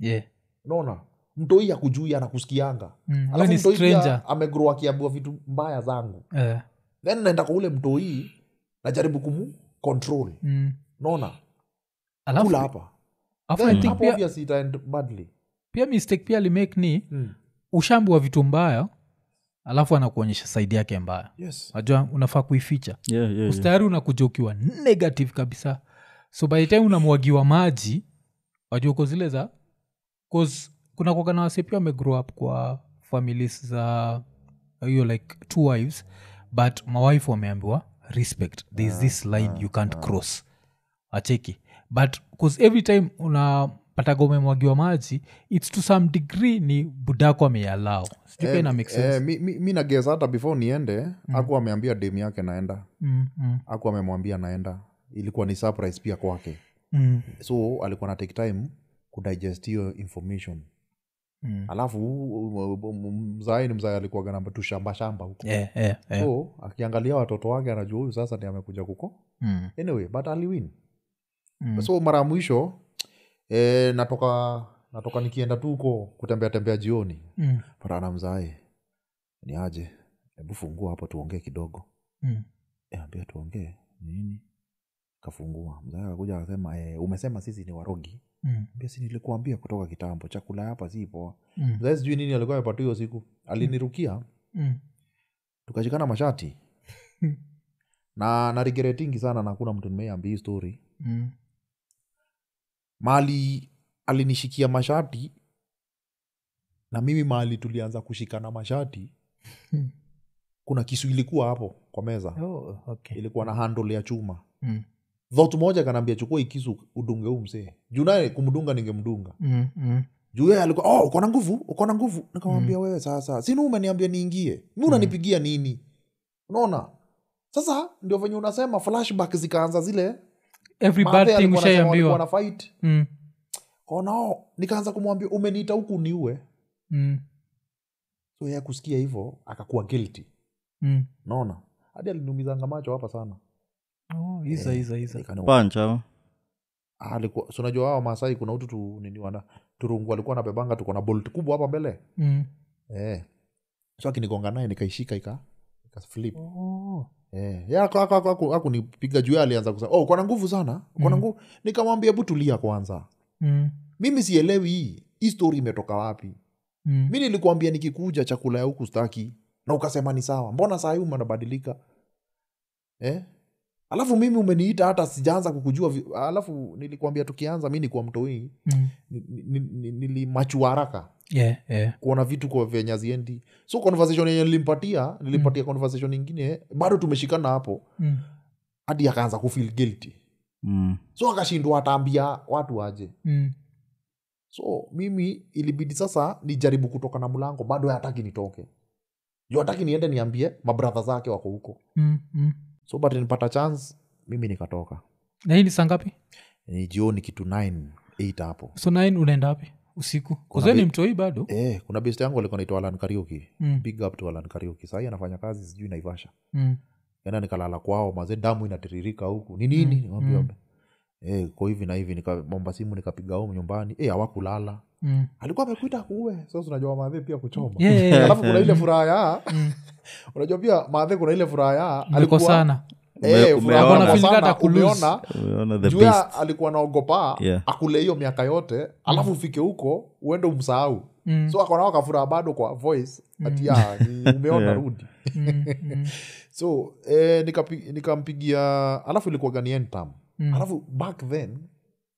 Speaker 2: Yeah.
Speaker 1: naona mtoi akujui anakusikianga
Speaker 2: Mm, we
Speaker 1: alafu
Speaker 2: ni
Speaker 1: mtoi pia
Speaker 2: stranger.
Speaker 1: amegrow akiambua vitu mbaya zangu
Speaker 2: Eh,
Speaker 1: then naenda kwa ule mtoi najaribu kumu control
Speaker 2: mm.
Speaker 1: naona
Speaker 2: Alafu-
Speaker 1: kula hapa
Speaker 2: alafu I
Speaker 1: Then
Speaker 2: think
Speaker 1: hapo
Speaker 2: pia-
Speaker 1: obvious it end badly. Mm.
Speaker 2: pia mistake pia alimake ni ushambu wa vitu mbaya alafu anakuonyesha saidi yake mbaya
Speaker 1: Yes.
Speaker 2: najua unafaa kuificha
Speaker 3: Yeah, yeah, yeah.
Speaker 2: ustayari unakuja ukiwa negative kabisa so by the time unamwagiwa maji wajua uko zile za cause kuna kuwaga na wase pia wamegrow up kwa families za hiyo like two wives but mawife wameambiwa respect there is this line you can't cross acheki but cause every time unapataga umemwagiwa maji its to some degree ni budako ameyalao
Speaker 1: Eh,
Speaker 2: sijukaina make sense
Speaker 1: eh, mi- mi mi nagesa hata before niende aku ameambia demu yake naenda
Speaker 2: mm, mm,
Speaker 1: aku amemwambia naenda ilikuwa ni surprise pia kwake
Speaker 2: mm,
Speaker 1: so alikuwa na take time kudigest hiyo information
Speaker 2: Mm.
Speaker 1: alafu u- u- u- mzae ni mzae alikuaga na tu shamba shamba huko
Speaker 2: Eh, eh, eh.
Speaker 1: so akiangalia watoto wake anajua huyu sasa ndi amekuja kuko
Speaker 2: Mm,
Speaker 1: anyway but aliwin
Speaker 2: mm,
Speaker 1: so mara ya mwisho eh, natoka natoka nikienda tu huko kutembea tembea jioni
Speaker 2: mm,
Speaker 1: patana mzae ni aje hebu fungua hapo tuongee kidogo
Speaker 2: mm.
Speaker 1: "Eh, ambia tuongee nini kafungua mzae akakuja akasema e, umesema sisi ni warogi
Speaker 2: Mm,
Speaker 1: ambia si nilikuambia kutoka kitambo chakula hapa si poa
Speaker 2: mm,
Speaker 1: mzae sijui nini alikuwa amepata hiyo siku alinirukia
Speaker 2: mm.
Speaker 1: tukashikana mashati na narigeretingi sana na kuna mtu nimeiambia hii story
Speaker 2: Mm,
Speaker 1: mali alinishikia mashati na mimi mahali tulianza kushikana mashati
Speaker 2: Hmm.
Speaker 1: kuna kisu ilikuwa hapo kwa meza
Speaker 2: oh, okay.
Speaker 1: ilikuwa na handle ya chuma
Speaker 2: Mm,
Speaker 1: thot moja kanaambia chukua ikisu udunge huu msee juu naye kumdunga ningemdunga
Speaker 2: mm, mm,
Speaker 1: juu yeye alikuwa oh, uko na nguvu uko na nguvu nikamwambia wewe sasa sini umeniambia niingie mi unanipigia nini unaona sasa ndio venye unasema flashback zikaanza zile
Speaker 2: every
Speaker 1: Mathe
Speaker 2: bad thing
Speaker 1: alikuwa anasema walikuwa
Speaker 2: ushaiambiwa
Speaker 1: na fight
Speaker 2: Mm,
Speaker 1: konao nikaanza kumwambia umeniita huku niue
Speaker 2: mm,
Speaker 1: so yeye kusikia hivyo akakuwa guilty
Speaker 2: mm.
Speaker 1: naona hadi aliniumizanga macho hapa sana
Speaker 2: Oh, iza, iza, iza.
Speaker 1: Nikana-
Speaker 3: pancha
Speaker 1: Ah, alikuwa si unajua wao masai kuna utu tu nini wana turungu alikuwa anabebanga tuko na bolt kubwa hapa mbele
Speaker 2: Mm.
Speaker 1: eh. so akinigonga naye nikaishika ika ika flip
Speaker 2: Oh.
Speaker 1: eh. ya aku- aku- aku- aku- akunipiga juu yeye alianza kusema oh uko na nguvu sana uko na
Speaker 2: Mm.
Speaker 1: nguvu nikamwambia hebu tulia kwanza
Speaker 2: Mm,
Speaker 1: mimi sielewi hii hii story imetoka wapi
Speaker 2: mm,
Speaker 1: mi nilikuambia nikikuja chakula ya huku staki na ukasema ni sawa mbona saa hii umenabadilika eh? alafu mimi umeniita hata sijaanza kukujua vi- alafu nilikuambia tukianza mi nikuwa mtoi
Speaker 2: mm.
Speaker 1: nilimachu haraka
Speaker 2: Yeah, yeah.
Speaker 1: kuona vitu kwa venye ziendi so conversation yenye nilimpatia nilipatia conversation ingine bado tumeshikana hapo
Speaker 2: Mm,
Speaker 1: hadi akaanza kufeel guilty
Speaker 3: mm.
Speaker 1: so akashindwa ataambia watu aje
Speaker 2: mm.
Speaker 1: so mimi ilibidi sasa nijaribu kutoka na mlango bado hataki nitoke ju hataki niende niambie mabradha zake wako huko
Speaker 2: Mm, mm.
Speaker 1: so but nipata chance mimi nikatoka
Speaker 2: na hii ni saa ngapi
Speaker 1: ni jioni kitu 9 8 hapo
Speaker 2: so nine unaenda wapi usiku
Speaker 1: Kuna
Speaker 2: kuzeni
Speaker 1: vi-
Speaker 2: mtoi bado
Speaker 1: eh, kuna best yangu alikuwa naitwa alan kariuki
Speaker 2: Mm,
Speaker 1: big up to alan kariuki sahii anafanya kazi sijui naivasha
Speaker 2: mm,
Speaker 1: ena Yaani nikalala kwao maze damu inatiririka huku ni nini
Speaker 2: Mm,
Speaker 1: Nikamwambia,
Speaker 2: mm.
Speaker 1: eh, ko hivi na hivi nikamomba simu nikapiga umu nyumbani eh, hawakulala
Speaker 2: mm.
Speaker 1: alikuwa amekuita kuue so unajua madhe pia kuchoma
Speaker 2: Yeah, yeah,
Speaker 1: [laughs]
Speaker 2: yeah.
Speaker 1: alafu kuna ile furaha ya
Speaker 2: Mm.
Speaker 1: [laughs] unajua pia madhe kuna ile furaha ya
Speaker 2: mmekosana
Speaker 1: Eh,
Speaker 3: Ume-
Speaker 1: furaha
Speaker 3: umeona.
Speaker 1: kubwa
Speaker 2: Feeling
Speaker 1: sana,
Speaker 2: hata kulose.
Speaker 1: umeona,
Speaker 3: umeona the
Speaker 1: juu
Speaker 3: beast
Speaker 1: ya alikuwa naogopa
Speaker 3: Yeah.
Speaker 1: akule hiyo miaka yote alafu ufike huko uende umsahau
Speaker 2: Mm,
Speaker 1: so akonao kafuraha bado kwa voice ati
Speaker 2: Mm.
Speaker 1: ya ni- umeona
Speaker 3: Yeah.
Speaker 1: rudi
Speaker 2: mm, mm,
Speaker 1: so eh, nikapi- nikampigia alafu ilikuwa ganientam
Speaker 2: mm.
Speaker 1: alafu back then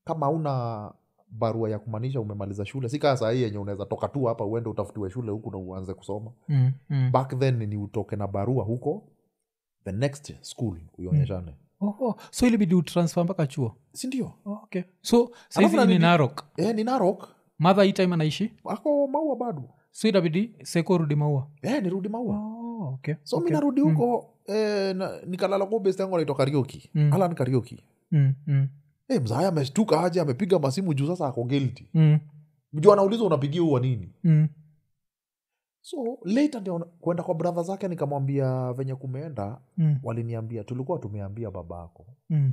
Speaker 1: kama una barua ya kumaanisha umemaliza shule si kaa sahii yenye unaweza toka tu hapa uende utafutiwe shule huku na uanze kusoma [laughs]
Speaker 2: Mm, mm.
Speaker 1: back then ni utoke na barua huko the next school uionyeshane mm.
Speaker 2: Oho, Oh, so ilibidi utransfer mpaka chuo
Speaker 1: sindio
Speaker 2: Oh, okay. so
Speaker 1: Alafu
Speaker 2: saizi ni
Speaker 1: inabidi-
Speaker 2: narok
Speaker 1: e, ni narok
Speaker 2: madha hii time anaishi
Speaker 1: ako maua bado
Speaker 2: so inabidi seko rudi maua
Speaker 1: e, nirudi maua
Speaker 2: oh, okay.
Speaker 1: so
Speaker 2: okay.
Speaker 1: mi narudi huko mm. e, na, nikalala kwa best yangu anaitwa karioki
Speaker 2: Mm.
Speaker 1: alan karioki
Speaker 2: Mm, mm,
Speaker 1: e, mzaya ameshtuka aje amepiga masimu juu sasa ako guilty
Speaker 2: mm,
Speaker 1: juu anauliza unapigia huwa nini
Speaker 2: mm,
Speaker 1: so later ndio na- kwenda kwa brother zake nikamwambia venye kumeenda
Speaker 2: mm,
Speaker 1: waliniambia tulikuwa tumeambia babako
Speaker 2: mm,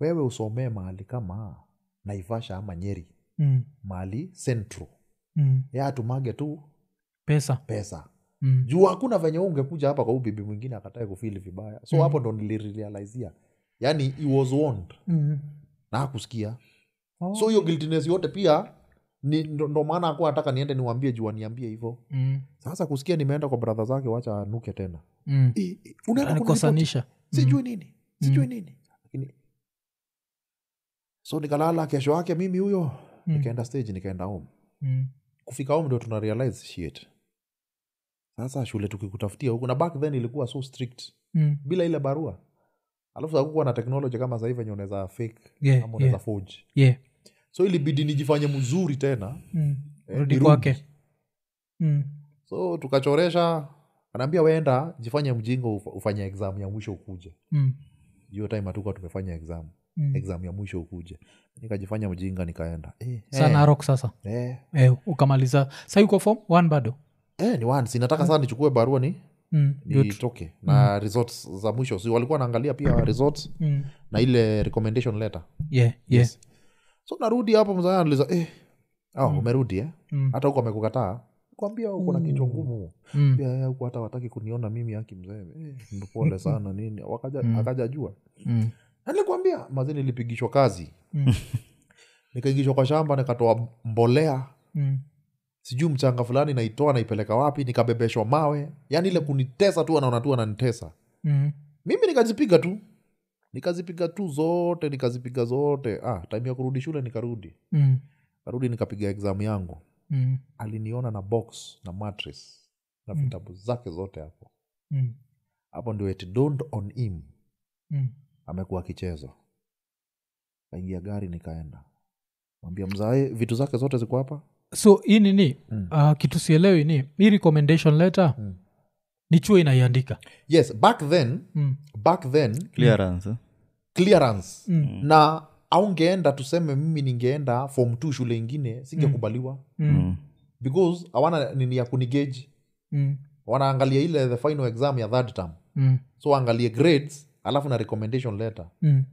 Speaker 1: wewe usomee mahali kama naivasha ama nyeri
Speaker 2: mm,
Speaker 1: mahali centro
Speaker 2: mm.
Speaker 1: ya atumage tu
Speaker 2: pesa
Speaker 1: pesa
Speaker 2: mm,
Speaker 1: juu hakuna venye wewe ungekuja hapa kwa huyu bibi mwingine akatae kufili vibaya so
Speaker 2: Mhm.
Speaker 1: hapo ndo nilirealizia yani he was warned
Speaker 2: mm.
Speaker 1: na hakusikia
Speaker 2: Oh.
Speaker 1: so hiyo guiltiness yote pia ni, ndo, ndo maana akuwa nataka niende niwambie juu aniambie hivyo
Speaker 2: mm,
Speaker 1: sasa kusikia nimeenda kwa brother zake wacha anuke tena
Speaker 2: mm.
Speaker 1: I- i- unaenda kuniripoti?
Speaker 2: anikosanisha
Speaker 1: sijui nini sijui
Speaker 2: Mm.
Speaker 1: nini lakini so nikalala kesho yake mimi huyo nikaenda stage nikaenda home
Speaker 2: Mm,
Speaker 1: kufika home ndio tuna realize shit sasa shule tukikutafutia huku na back then ilikuwa so strict
Speaker 2: mm,
Speaker 1: bila ile barua alafu sakukuwa na technology kama sahivi enye unaweza fake
Speaker 2: Yeah,
Speaker 1: ama unaweza
Speaker 2: yeah.
Speaker 1: forge
Speaker 2: yeah.
Speaker 1: so ilibidi nijifanye mzuri tena
Speaker 2: Mm.
Speaker 1: eh,
Speaker 2: rudi
Speaker 1: nirudi.
Speaker 2: kwake Mm,
Speaker 1: so tukachoresha anaambia weenda jifanye mjingo uf- ufanye exam ya mwisho ukuje
Speaker 2: mm,
Speaker 1: hiyo time hatukuwa tumefanya exam
Speaker 2: Mm.
Speaker 1: exam ya mwisho ukuje nikajifanya mjinga nikaenda eh,
Speaker 2: sa
Speaker 1: eh,
Speaker 2: narok sasa
Speaker 1: eh,
Speaker 2: eh, ukamaliza sa yuko form one bado
Speaker 1: eh, ni one. sinataka sana nichukue barua ni
Speaker 2: Mm, good.
Speaker 1: nitoke na results za mwisho si walikuwa naangalia pia results
Speaker 2: Mm,
Speaker 1: na ile recommendation letter
Speaker 2: yeah, yeah.
Speaker 1: Yes. so narudi hapo mzee anauliza eh, oh, umerudi eh?
Speaker 2: Mm,
Speaker 1: hata huko amekukataa kwambia uko na kichwa ngumu
Speaker 2: mm,
Speaker 1: pia huko hata wataki kuniona mimi haki mzee eh,
Speaker 2: [laughs]
Speaker 1: pole sana nini Wakaja, akaja jua
Speaker 2: mm,
Speaker 1: Na nilikwambia mazi nilipigishwa kazi
Speaker 2: mm,
Speaker 1: [laughs] nikaingishwa kwa shamba nikatoa mbolea
Speaker 2: mm.
Speaker 1: sijui mchanga fulani naitoa naipeleka wapi nikabebeshwa mawe yaani ile kunitesa tu anaona tu ananitesa
Speaker 2: Mm,
Speaker 1: mimi nikazipiga tu nikazipiga tu zote nikazipiga zote ah, time ya kurudi shule nikarudi
Speaker 2: mm,
Speaker 1: karudi nikapiga exam yangu
Speaker 2: mm,
Speaker 1: aliniona na box na mattress na
Speaker 2: Mm.
Speaker 1: vitabu zake zote hapo
Speaker 2: mm,
Speaker 1: hapo ndio it dawned on him
Speaker 2: mm.
Speaker 1: amekuwa akicheza kaingia gari nikaenda mwambia mzae vitu zake zote ziko hapa
Speaker 2: so hii nini
Speaker 1: Mm.
Speaker 2: uh, kitu sielewi ni hii recommendation letter
Speaker 1: Mm.
Speaker 2: ni chuo inaiandika
Speaker 1: yes back then
Speaker 2: mm.
Speaker 1: back then
Speaker 3: clearance eh?
Speaker 1: clearance
Speaker 2: Mm.
Speaker 1: na aungeenda tuseme mimi ningeenda form t shule ingine singekubaliwa
Speaker 2: Mm.
Speaker 1: because hawana nini ya kunigeji
Speaker 2: Mm.
Speaker 1: wanaangalia ile the final exam ya third term
Speaker 2: Mm.
Speaker 1: so angalie grades alafu na recommendation letter
Speaker 2: Mm.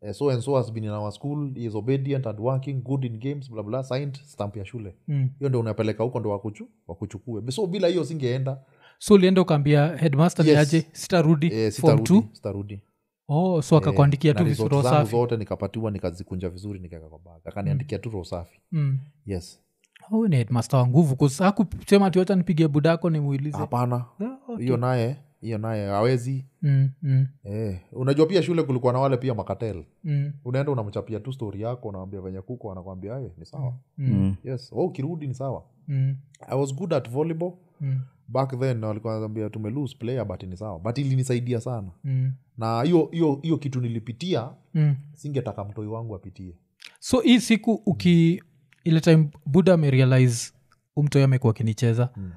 Speaker 1: Eh, so and so has been in our school he is obedient and working good in games bla bla signed stamp ya shule
Speaker 2: Mm.
Speaker 1: hiyo ndio unapeleka huko ndo wakuchu, wakuchukue so bila hiyo singeenda
Speaker 2: so ulienda ukaambia headmaster
Speaker 1: Yes.
Speaker 2: niaje sitarudi
Speaker 1: eh,
Speaker 2: form
Speaker 1: sitarudi
Speaker 2: two
Speaker 1: sitarudi
Speaker 2: oh, so akakuandikia
Speaker 1: Eh,
Speaker 2: tu
Speaker 1: na
Speaker 2: vizuri
Speaker 1: results zangu
Speaker 2: safi
Speaker 1: zote nikapatiwa nikazikunja vizuri nikaweka kwa bag akaniandikia tu roho safi
Speaker 2: Mm.
Speaker 1: yes
Speaker 2: huyu ni headmaster wa nguvu 'cause hakusema ati wacha nipigie budako nimuulize
Speaker 1: hapana
Speaker 2: Ah, okay.
Speaker 1: hiyo naye hiyo naye hawezi
Speaker 2: Mm, mm,
Speaker 1: eh, unajua pia shule kulikuwa na wale pia makatel
Speaker 2: mm,
Speaker 1: unaenda unamchapia tu stori yako unawambia venye kuko anakwambia "Aye, ni sawa
Speaker 2: mm,
Speaker 1: yes oh, ukirudi ni sawa
Speaker 2: mm,
Speaker 1: i was good at volleyball
Speaker 2: mm,
Speaker 1: back then na walikuwa wananiambia tumelose player but ni sawa but ilinisaidia sana
Speaker 2: mm,
Speaker 1: na hiyo hiyo hiyo kitu nilipitia
Speaker 2: mm.
Speaker 1: singetaka mtoi wangu apitie
Speaker 2: so hii siku uki ile time buda amerealize umtoi amekuwa akinicheza
Speaker 1: Mm.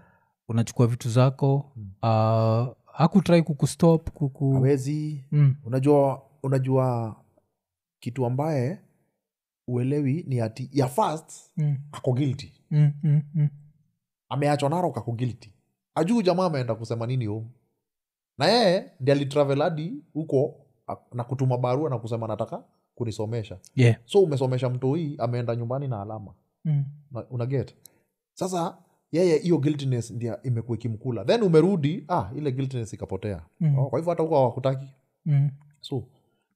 Speaker 2: unachukua vitu zako uh, hakutrai kukustop kuku
Speaker 1: Hmm. hawezi
Speaker 2: mm,
Speaker 1: unajua unajua kitu ambaye uelewi ni ati ya first
Speaker 2: mm,
Speaker 1: ako guilty
Speaker 2: mm, mm, mm,
Speaker 1: ameachwa naro kako guilty ajuu jamaa ameenda kusema nini home na yeye ndi alitravel hadi huko a- na kutuma barua na kusema nataka kunisomesha
Speaker 2: yeah,
Speaker 1: so umesomesha mtoi ameenda nyumbani na alama
Speaker 2: mm,
Speaker 1: Na- unaget sasa yeye hiyo guiltiness ndia imekuwa ikimkula then umerudi ah, ile guiltiness ikapotea
Speaker 2: Mm.
Speaker 1: oh, kwa hivyo hata huko hawakutaki
Speaker 2: mm,
Speaker 1: so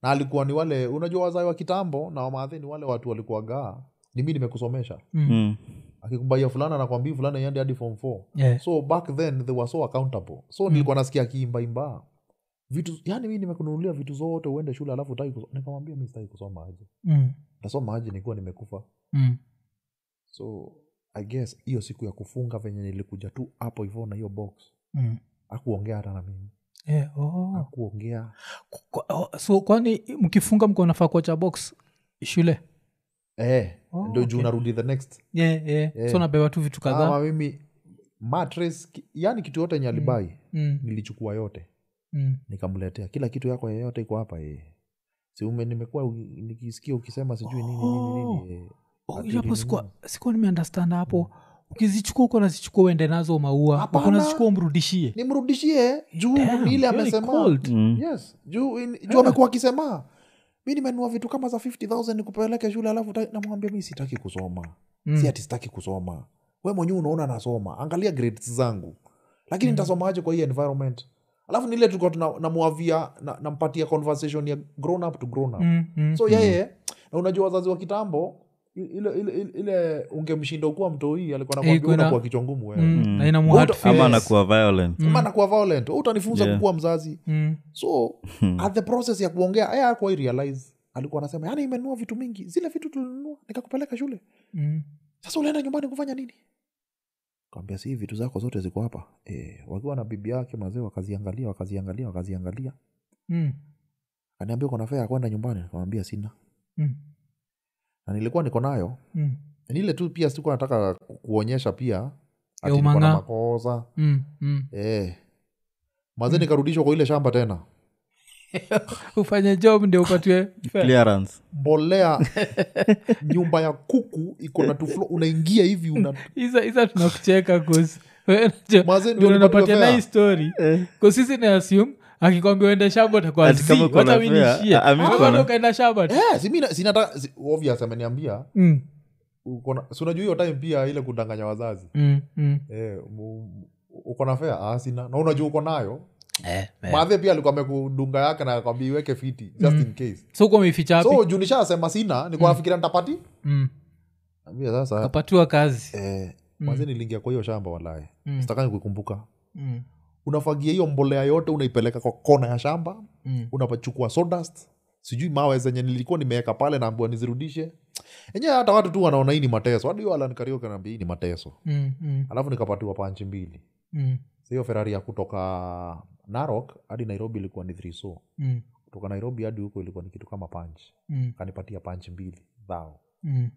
Speaker 1: na alikuwa ni wale unajua wazai wa kitambo na wamadhi ni wale watu walikuwagaa ni mi nimekusomesha
Speaker 2: mm,
Speaker 3: Mm.
Speaker 1: akikubaia fulana nakwambii fulana iende hadi form four
Speaker 2: yeah,
Speaker 1: so back then they were so accountable so
Speaker 2: Hmm.
Speaker 1: nilikuwa nasikia akiimbaimba vitu yani mi nimekununulia vitu zote uende shule alafu utaki kusoma nikamwambia mi sitaki kusoma aje
Speaker 2: mm,
Speaker 1: tasoma aje nikuwa nimekufa
Speaker 2: mm,
Speaker 1: so i guess hiyo siku ya kufunga venye nilikuja tu hapo hivo na hiyo box
Speaker 2: mm.
Speaker 1: akuongea hata na mimi
Speaker 2: Yeah, oh.
Speaker 1: akuongea
Speaker 2: Ku- ku- oh, so kwani mkifunga mko nafaa kuacha box shule
Speaker 1: eh,
Speaker 2: Oh,
Speaker 1: ndo juu
Speaker 2: okay.
Speaker 1: narudi the next
Speaker 2: yeah, yeah.
Speaker 1: Yeah. Ah,
Speaker 2: so nabewa tu vitu kadhaa
Speaker 1: ama mimi mattress ki- yani kitu yote yenye alibai
Speaker 2: mm,
Speaker 1: nilichukua yote
Speaker 2: mm,
Speaker 1: nikamletea kila kitu yako yeyote iko hapa yeye si ume- nimekuwa u- nikisikia ukisema sijui nini nini nini eh,
Speaker 2: oh,
Speaker 1: ati
Speaker 2: ila hapo
Speaker 1: nini,
Speaker 2: sikuwa
Speaker 1: nini.
Speaker 2: sikuwa nimeandastand hapo ukizichukua uko nazichukua uende nazo maua
Speaker 1: Hapana.
Speaker 2: uko nazichukua umrudishie
Speaker 1: nimrudishie juu
Speaker 2: Damn,
Speaker 1: ni ile
Speaker 2: very
Speaker 1: amesema
Speaker 2: cold.
Speaker 3: Mm.
Speaker 1: yes juu, in, juu amekuwa akisema mi nimenua vitu kama za 50000 nikupeleke shule alafu uta- namwambia mi sitaki kusoma
Speaker 2: Mm,
Speaker 1: si ati sitaki kusoma we mwenyewe unaona nasoma angalia grades zangu
Speaker 2: Hmm.
Speaker 1: lakini nitasomaje kwa hii environment alafu nile tulikuwa tuna- namuavia na- nampatia conversation ya grown up to grown up
Speaker 2: mm, mm,
Speaker 1: so yeye na unajua wazazi wa kitambo i- ile, ile, ile, ile ungemshinda ukuwa mtoii alikuwa nakwambia
Speaker 2: kuna-
Speaker 1: unakuwa kichwa ngumu wewe
Speaker 2: mm,
Speaker 3: Mm.
Speaker 2: na ina mu
Speaker 1: What
Speaker 2: hard
Speaker 1: the-
Speaker 2: feelings.
Speaker 3: ama
Speaker 1: Yes.
Speaker 3: anakuwa violent
Speaker 1: Ama nakuwa violent Wewe utanifunza
Speaker 3: Yeah. Mm-hmm.
Speaker 1: kukuwa mzazi
Speaker 2: Mm,
Speaker 1: so at the process ya kuongea eh, hakuwahi realize alikuwa anasema yani imenunua vitu mingi zile vitu tulinunua nikakupeleka shule
Speaker 2: mm,
Speaker 1: sasa unaenda nyumbani kufanya nini kaambia si vitu zako zote ziko hapa e, wakiwa na bibi yake mazee wakaziangalia wakaziangalia wakaziangalia
Speaker 2: mm,
Speaker 1: aniambia uko na fea ya kwenda nyumbani nikamwambia sina
Speaker 2: mm,
Speaker 1: na nilikuwa niko nayo
Speaker 2: mm,
Speaker 1: ni Yaani ile tu pia sikuwa nataka ku- kuonyesha pia ati
Speaker 2: Ya
Speaker 1: niko na
Speaker 2: umang'aa.
Speaker 1: makosa Eh.
Speaker 2: mm, mm.
Speaker 1: e. mazee nikarudishwa kwa ile shamba tena
Speaker 2: ufanye job ndio upatiwe fare.
Speaker 3: [laughs] clearance
Speaker 1: mbolea nyumba ya kuku iko na tuflo unaingia hivi una
Speaker 2: isa isa tunakucheka cause wewe unajua-
Speaker 1: Maze, ndio
Speaker 2: ndio
Speaker 1: unapatiwa
Speaker 2: unapatiana
Speaker 1: fare.
Speaker 2: hii story Cause sisi ni assume akikwambia uende shabat
Speaker 3: Ati kama uko na fare, I mean, uko na-
Speaker 2: ukaenda shabat
Speaker 1: Eh, si mi na- sinataka si- obvious ameniambia
Speaker 2: Mm,
Speaker 1: uko na- si unajua hiyo time pia ile kudanganya wazazi
Speaker 2: mm,
Speaker 1: Eh, mu- uko na fea ah, sina na unajua uko nayo madhe pia alikuwa amekudunga yake na akwambia iweke fiti just in case
Speaker 2: so uko umeificha hapi
Speaker 1: so juu nishasema sina nikuwa nafikiria ntapati
Speaker 2: Mm.
Speaker 1: ambia sasa
Speaker 2: kapatiwa kazi
Speaker 1: eh, mazee niliingia kwa hiyo shamba walae
Speaker 2: Mm.
Speaker 1: sitakani kuikumbuka
Speaker 2: Mm,
Speaker 1: unafagia hiyo mbolea yote unaipeleka kwa kona ya shamba
Speaker 2: mm.
Speaker 1: unapachukua sawdust sijui mawe zenye nilikuwa nimeweka pale naambiwa nizirudishe enyewe hata watu tu wanaona hii ni mateso hadi hiyo Alan Kariuki anaambia hii ni mateso
Speaker 2: Mm, mm,
Speaker 1: alafu nikapatiwa panchi mbili
Speaker 2: mm,
Speaker 1: Sa hiyo ferari ya kutoka narok hadi nairobi ilikuwa ni three so
Speaker 2: mm,
Speaker 1: kutoka nairobi hadi huko ilikuwa ni kitu kama panchi
Speaker 2: mm,
Speaker 1: kanipatia panchi mbili dhao
Speaker 2: mm.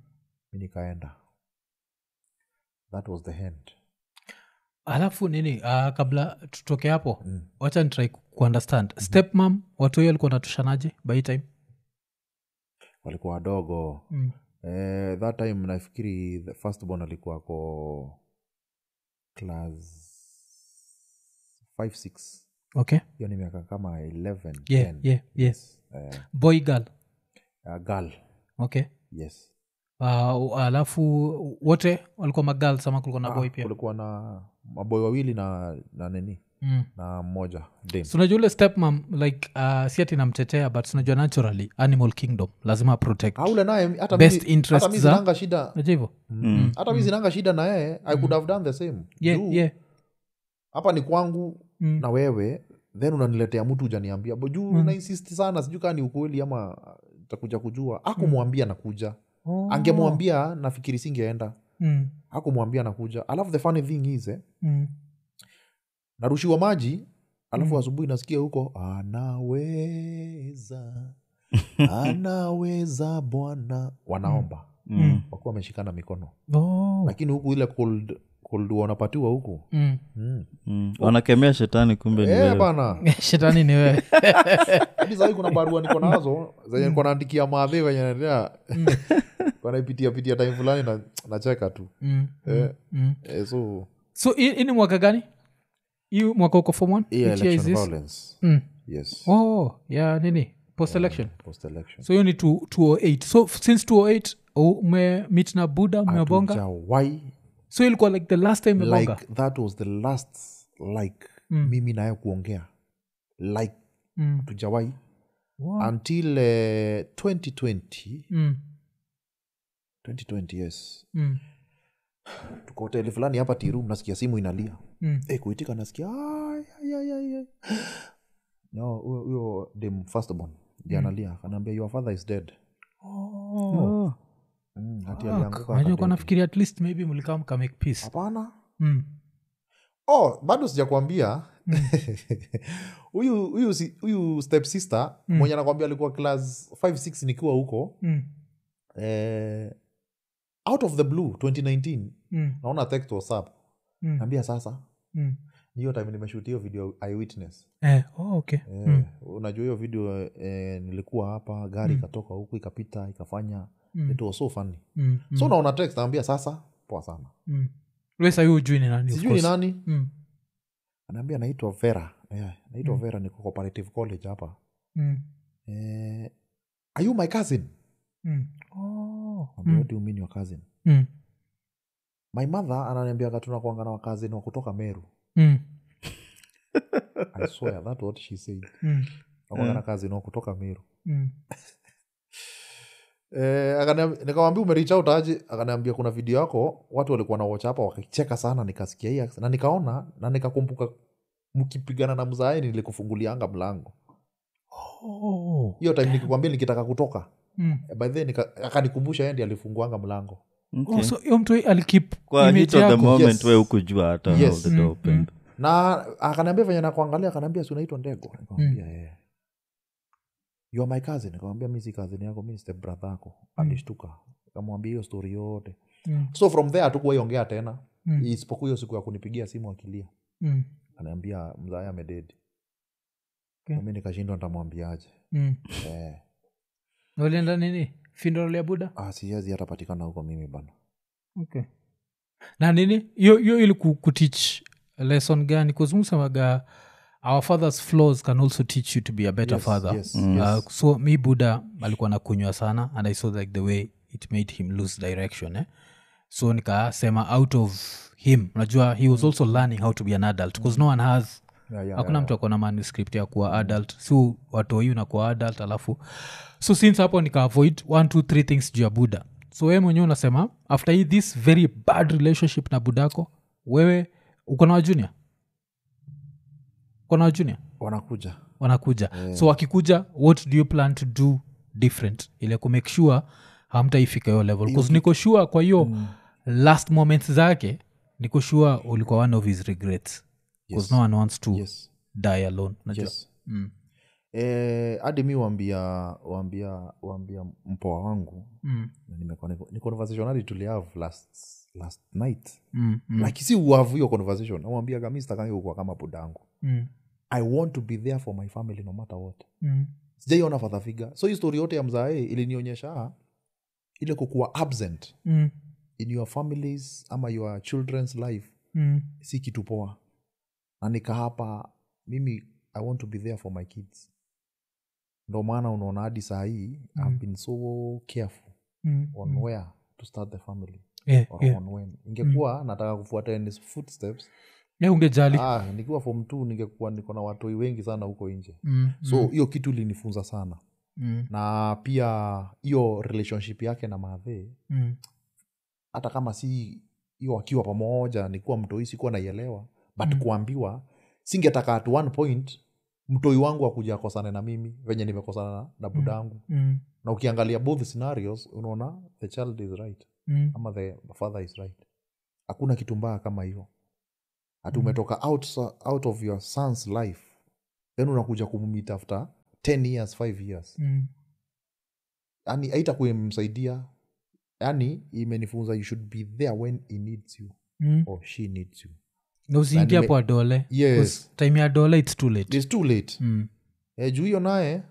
Speaker 1: mi nikaenda that was the hand
Speaker 2: alafu nini ah, kabla tutoke hapo
Speaker 1: Mm.
Speaker 2: wacha nitrai kuundestand stepmam watu hiyo alikuwa natushanaje by hii time
Speaker 1: walikuwa wadogo
Speaker 2: Mm.
Speaker 1: eh, that time nafikiri the first born alikuwa ko class 56
Speaker 2: okay
Speaker 1: hiyo ni miaka kama 11
Speaker 2: yeah,
Speaker 1: 10.
Speaker 2: yeah, yeah.
Speaker 1: Eh,
Speaker 2: boy girl
Speaker 1: a girl
Speaker 2: okay
Speaker 1: yes
Speaker 2: uh, alafu wote walikuwa magal sama kulikuwa na boy
Speaker 1: Ah,
Speaker 2: pia
Speaker 1: kulikuwa na maboy wawili na na nini
Speaker 2: mm.
Speaker 1: na mmoja dame.
Speaker 2: So unajua ule stepmam like uh, si ati namtetea but unajua naturally animal kingdom lazima protect
Speaker 1: Ah, ule naye hata
Speaker 2: Best
Speaker 1: mimi-
Speaker 2: interests
Speaker 1: hata mimi
Speaker 2: za-
Speaker 1: sinanga shida
Speaker 2: unajua hivyo
Speaker 3: Mm.
Speaker 1: hata mi sinanga shida na yeye i could have done the same
Speaker 2: Mm. yeah,
Speaker 1: Juu,
Speaker 2: yeah.
Speaker 1: hapa ni kwangu
Speaker 2: Mm.
Speaker 1: na wewe then unaniletea mtu ujaniambia Bo- juu mm. nainsisti sana sijui kaa ni ukweli ama uh, takuja kujua akumwambia nakuja
Speaker 2: Oh.
Speaker 1: angemwambia nafikiri singeenda
Speaker 2: Mm,
Speaker 1: akumwambia nakuja alafu the funny thing is eh,
Speaker 2: mm.
Speaker 1: narushiwa maji alafu asubuhi nasikia huko anaweza anaweza bwana wanaomba
Speaker 3: Mm.
Speaker 1: wakuwa wameshikana mikono
Speaker 2: Oh.
Speaker 1: lakini huku ile cold, cold wanapatiwa huku
Speaker 2: Mm. [laughs]
Speaker 1: mm.
Speaker 3: Mm. wanakemea shetani kumbe ni
Speaker 1: Eh,
Speaker 3: wewe.
Speaker 1: bana
Speaker 2: shetani ni
Speaker 1: [laughs]
Speaker 2: wewe
Speaker 1: hadi sahii kuna barua niko nazo zenye niko naandikia maadhi wenye naendelea
Speaker 2: Mm,
Speaker 1: wanaipitia pitia time fulani na nacheka tu [laughs]
Speaker 2: Mm, mm,
Speaker 1: Eh.
Speaker 2: mm.
Speaker 1: eh, so
Speaker 2: so hii hii ni mwaka gani hii mwaka uko form one?
Speaker 1: yeah,
Speaker 2: Which year is
Speaker 1: election
Speaker 2: this?
Speaker 1: violence
Speaker 2: Mm.
Speaker 1: yes
Speaker 2: oh ya nini post election
Speaker 1: post election
Speaker 2: so hiyo ni tu- 208 so f- since 208 umemit na
Speaker 1: Ah,
Speaker 2: buda mmebonga
Speaker 1: Hatujawai.
Speaker 2: so ilikuwa like the last time mebonga
Speaker 1: like that was the last like
Speaker 2: Mm.
Speaker 1: mimi naye kuongea like
Speaker 2: Mm.
Speaker 1: tujawai
Speaker 2: Wow.
Speaker 1: until eh, 2020
Speaker 2: Mm,
Speaker 1: 2020 yes
Speaker 2: mm,
Speaker 1: tuko hoteli fulani hapa tirum nasikia simu inalia
Speaker 2: mm,
Speaker 1: Eh, kuitika nasikia "Ai, ai, ai, ai, [gasps] ai." no huyo- huyo dem firstborn ndiye analia anaambia your father is dead
Speaker 2: Oh.
Speaker 1: Mm, ati
Speaker 2: Ah,
Speaker 1: alianguka
Speaker 2: unajua kuwa
Speaker 1: akadedi.
Speaker 2: nafikiri at least maybe mlikaa mkamake peace
Speaker 1: hapana
Speaker 2: Mm,
Speaker 1: oh bado sijakwambia [laughs] huyu huyu si- huyu step sister
Speaker 2: Mm.
Speaker 1: mwenye anakwambia alikuwa class 56 nikiwa huko
Speaker 2: mm,
Speaker 1: eh, out of the blue 2019
Speaker 2: mm,
Speaker 1: naona text whatsapp
Speaker 2: mm,
Speaker 1: naambia sasa
Speaker 2: mm.
Speaker 1: hiyo time nimeshuti hiyo video eyewitness
Speaker 2: Eh, oh, okay.
Speaker 1: Eh,
Speaker 2: Mm,
Speaker 1: unajua hiyo video eh, nilikuwa hapa
Speaker 2: Hmm.
Speaker 1: gari ikatoka huku ikapita ikafanya
Speaker 2: Mm.
Speaker 1: it was so funny
Speaker 2: mm, mm,
Speaker 1: so naona text naambia sasa poa sana
Speaker 2: mm. We sahi hujui ni nani, of
Speaker 1: sijui ni
Speaker 2: course.
Speaker 1: nani
Speaker 2: Mm,
Speaker 1: anaambia naitwa vera yeah, naitwa
Speaker 2: Hmm.
Speaker 1: vera niko cooperative college hapa
Speaker 2: mm,
Speaker 1: eh, are you my cousin
Speaker 2: mm. Oh,
Speaker 1: Naambia,
Speaker 2: mm,
Speaker 1: what do you mean your cousin
Speaker 2: mm,
Speaker 1: my mother ananiambiaga tunakuanga na wakazin wa kutoka meru
Speaker 2: mm,
Speaker 1: i swear that what she said
Speaker 2: mm,
Speaker 1: nakuanga na cousin wa kutoka meru
Speaker 2: mm.
Speaker 1: Eh, akaniambi- nikamwambia umericha utaje akaniambia kuna video yako watu walikuwa na watch hapa wakicheka sana nikasikia hii accent. na nikaona na nikakumbuka mkipigana na mzae nilikufungulianga mlango
Speaker 2: Oh,
Speaker 1: hiyo time nikikwambia nikitaka kutoka
Speaker 2: mm.
Speaker 1: Eh, by then nika- akanikumbusha yeye ndiye alifunguanga mlango
Speaker 3: Okay.
Speaker 2: Oh, so hiyo mtu alikip
Speaker 3: kwa
Speaker 2: image
Speaker 3: hit of the
Speaker 2: yako.
Speaker 3: moment
Speaker 1: Yes.
Speaker 3: we ukujua hata how
Speaker 1: Yes.
Speaker 3: the
Speaker 2: Mm,
Speaker 3: door opened.
Speaker 1: na akaniambia venye nakuangalia akaniambia si unaitwa ndego nikamwambia yeah. you are my cousin nikamwambia mi si cousin yako mi step brother yako alishtuka nikamwambia hiyo story yote
Speaker 2: Mm,
Speaker 1: so from there hatukuwaiongea tena
Speaker 2: Mm.
Speaker 1: isipokuwa hiyo siku ya kunipigia simu akilia
Speaker 2: mm.
Speaker 1: anaambia mzae amededi
Speaker 2: Okay.
Speaker 1: nami nikashindwa ntamwambiaje
Speaker 2: mm.
Speaker 1: eh,
Speaker 2: Na ulienda nini funeral ya buda
Speaker 1: ah, siwezi hata patikana huko mimi bana
Speaker 2: okay. na nini hiyo hiyo ili ku- kutich lesson gani kuzungusemaga our fathers flaws can also teach you to be a better
Speaker 1: Yes,
Speaker 2: father
Speaker 1: yes, Mm. yes.
Speaker 2: Uh, so mi buda alikuwa nakunywa sana and i saw like the way it made him lose direction eh? so nikasema out of him unajua he was also learning how to be an adult because no one has
Speaker 1: yeah, yeah,
Speaker 2: hakuna mtu akona manuscript ya kuwa adult si watoi unakuwa adult alafu so since hapo nikaavoid one two three things juu ya buda so wewe mwenyewe unasema after hii this very bad relationship na budako wewe uko na wajunia uko na wajunia
Speaker 1: wanakuja
Speaker 2: wanakuja
Speaker 1: Mm.
Speaker 2: yeah. so wakikuja what do you plan to do different ile kumake sure hamtaifika hiyo level bcause niko sure kwa hiyo mm. last moments zake niko sure ulikuwa one of his regrets yes. no one wants to
Speaker 1: yes,
Speaker 2: die alone unajua
Speaker 1: yes.
Speaker 2: mm.
Speaker 1: Eh, hadi mi waambia waambia waambia mpoa wangu
Speaker 2: Mm.
Speaker 1: nimekuwa niko- ni conversation hadi tuliav last, last night
Speaker 2: Mm. Mm.
Speaker 1: like si uavu hiyo conversation namwambia kamistakaikuwa kama budangu
Speaker 2: Mm.
Speaker 1: i want to be there for my family no matter what
Speaker 2: Mm.
Speaker 1: sijaiona fadhafiga so hii story yote ya mzae ilinionyesha ile kukuwa absent
Speaker 2: Mm.
Speaker 1: in your families ama your children's life
Speaker 2: Mm.
Speaker 1: si kitu poa na nikahapa mimi i want to be there for my kids ndo maana unaona hadi saa hii mm.
Speaker 2: Mm.
Speaker 1: i've been so careful
Speaker 2: Mm.
Speaker 1: on
Speaker 2: Mm.
Speaker 1: where to start the family
Speaker 2: Yeah,
Speaker 1: or
Speaker 2: yeah. Mm.
Speaker 1: on when ingekuwa nataka kufuata in his footsteps
Speaker 2: Yeah, ungejali
Speaker 1: ah, nikiwa form t ningekuwa niko na watoi wengi sana huko nje
Speaker 2: Mm.
Speaker 1: so hiyo kitu ilinifunza sana
Speaker 2: Mm.
Speaker 1: na pia hiyo relationship yake na maadhee
Speaker 2: Mm.
Speaker 1: hata kama si hiyo akiwa pamoja nikuwa mtoi sikuwa naielewa but mm. kuambiwa singetaka at one point mtoi wangu akuja akosane na mimi venye nimekosana na, na budangu
Speaker 2: Mm.
Speaker 1: na ukiangalia both scenarios unaona the child is right
Speaker 2: Mm.
Speaker 1: ama the father is right hakuna kitu mbaya kama hiyo hati umetoka out, out of your sons life then unakuja kummeet after 10 years 5 years
Speaker 2: Mm.
Speaker 1: yani aita kumsaidia yani Yaani, imenifunza you should be there when he needs you
Speaker 2: Mm.
Speaker 1: or she needs you
Speaker 2: na usiingia
Speaker 1: nime-
Speaker 2: hapo adole
Speaker 1: yes
Speaker 2: time ya dole its too late
Speaker 1: its too late
Speaker 2: Mm.
Speaker 1: mm. juu hiyo naye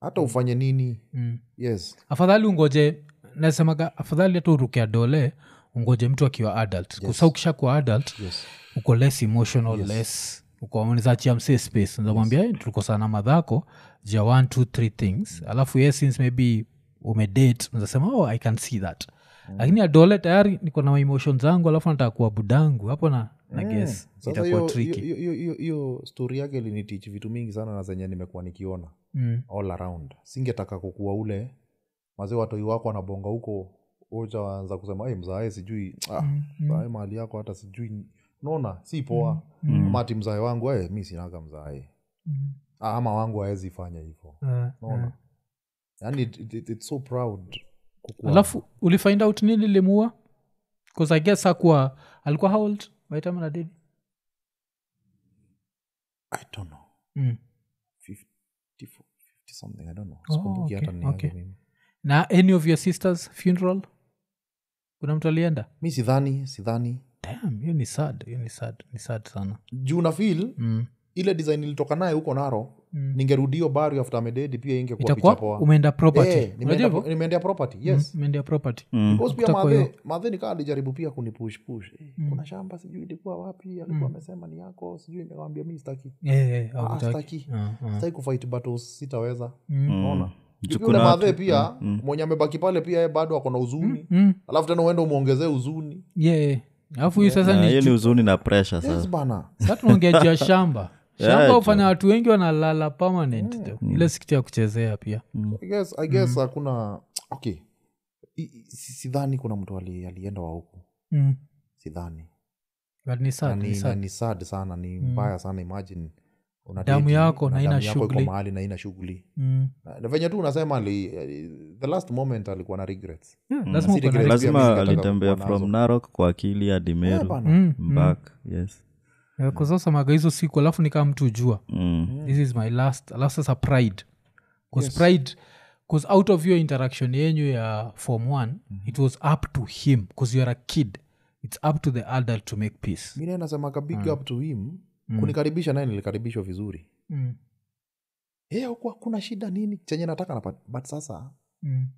Speaker 1: hata ufanye nini
Speaker 2: Mm.
Speaker 1: yes
Speaker 2: afadhali ungoje nasemaga afadhali hata urukia dole ungoje mtu akiwa adult yes. kusa ukishakuwa adult
Speaker 1: yes
Speaker 2: uko less emotional yes. less ukoonezachia msee space nzamwambia yes. tulikosana madhako jia one two three things alafu ye since maybe umedate nazasema oh, i can see that mm. lakini adole tayari niko na maemotio zangu alafu nataka kuwa budangu hapo na, na ges
Speaker 1: Mm. sasa
Speaker 2: itakuwa
Speaker 1: hiyo- hiyo-
Speaker 2: triki
Speaker 1: hiyo hiyo- hiyo stori yake ilinitich vitu mingi sana na zenye nimekuwa nikiona
Speaker 2: mm.
Speaker 1: all around singetaka kukuwa ule mazee watoi wako wanabonga huko ocha waanza kusema hey, mzae sijui ah,
Speaker 2: Mm.
Speaker 1: mzae mahali yako hata sijui naona si poa mm. mati mzae wangu hey, mi sinaga mzae
Speaker 2: Mm.
Speaker 1: ah, ama wangu awezi fanya hivo
Speaker 2: Ah,
Speaker 1: naona
Speaker 2: ah.
Speaker 1: yani it, it, it's so proud kukuwa-
Speaker 2: alafu ulifind out nini limua bcause i guess hakuwa alikuwa how old by the time anadedi
Speaker 1: I don't know,
Speaker 2: mm.
Speaker 1: 54, 50 something, I don't know.
Speaker 2: Oh,
Speaker 1: Sikumbuki hata
Speaker 2: okay,
Speaker 1: ni aje
Speaker 2: okay.
Speaker 1: mimi.
Speaker 2: na any of your sisters funeral kuna mtu alienda
Speaker 1: mi sidhani sidhani
Speaker 2: Damn, hiyo ni sad hiyo ni sad ni sad sana
Speaker 1: juu na fil
Speaker 2: mm.
Speaker 1: ile design ilitoka naye huko naro
Speaker 2: Mm.
Speaker 1: ningerudi hiyo bari after amededi pia ingekuwa picha
Speaker 2: itakuwa
Speaker 1: poa
Speaker 2: umeenda property
Speaker 1: Eh, nimeenda-
Speaker 2: Unajua hivyo?
Speaker 1: nimeendea property yes
Speaker 2: umeendea property
Speaker 3: Mm.
Speaker 1: Because pia
Speaker 2: Kutakuwa Mm.
Speaker 1: madhe madhe nikaa alijaribu pia kunipushpush eh, kuna shamba sijui ilikuwa wapi alikuwa amesema ni yako sijui nikawambia mi sitaki
Speaker 2: Eh, eh,
Speaker 1: Ah,
Speaker 2: hautaki.
Speaker 1: sitaki
Speaker 2: Ah, ah.
Speaker 1: sitaki kufight battles sitaweza
Speaker 2: Mm.
Speaker 1: naona
Speaker 3: Juu
Speaker 1: yule
Speaker 3: kuna
Speaker 1: madhe
Speaker 3: watu-
Speaker 1: pia mwenye amebaki pale pia yeye bado akona huzuni
Speaker 2: Mm.
Speaker 1: alafu tena uende umwongezee huzuni
Speaker 2: Yeah, yeah. alafu hiyo sasa
Speaker 3: Ah,
Speaker 2: ni
Speaker 3: hiyo ni huzuni na presha
Speaker 1: yes, Mm.
Speaker 3: sasa
Speaker 1: bana
Speaker 2: sasa tunaongea juu ya shamba shamba
Speaker 3: [laughs] Yeah,
Speaker 2: hufanya watu wengi wanalala permanent though. ile sikitu ya kuchezea pia
Speaker 1: I guess- I
Speaker 2: Mm.
Speaker 1: guess hakuna okay I- i- si- sidhani kuna mtu ali- alienda wa huku
Speaker 2: Mm.
Speaker 1: sidhani
Speaker 2: But ni sad,
Speaker 1: Na
Speaker 2: ni
Speaker 1: ni,
Speaker 2: sad. Mm.
Speaker 1: na ni sad sana ni mbaya sana imagine una
Speaker 2: Damu
Speaker 1: date
Speaker 2: yako
Speaker 1: na
Speaker 2: na ina
Speaker 1: damu yako iko
Speaker 2: shughuli.
Speaker 1: mahali na ina shughuli
Speaker 2: Mm.
Speaker 1: Na- na venye tu unasema ali, the last moment alikuwa na regrets
Speaker 2: Yeah, Mm. lazima
Speaker 1: Si
Speaker 2: uko na-
Speaker 1: regret. Pia mimi
Speaker 3: lazima
Speaker 1: nataka
Speaker 3: alitembea
Speaker 1: kukuwa nazo.
Speaker 3: from narok kwa akili hadi
Speaker 1: Eh,
Speaker 3: meru
Speaker 1: bana.
Speaker 2: Mm, mm.
Speaker 3: back yes
Speaker 2: Eh, kwa sasa maga hizo siku alafu nikaa mtu jua
Speaker 3: Mm.
Speaker 2: this is my last alafu sasa pride bcause pride bcause out of your interaction yenyu ya form one it was up to him bcause youare a kid its up to the adult to make peace Mm.
Speaker 1: mi naye nasema ka big up to him kunikaribisha naye nilikaribishwa vizuri
Speaker 2: mm.
Speaker 1: hey, huku Eh, hakuna shida nini chenye nataka napata but sasa
Speaker 2: Mm.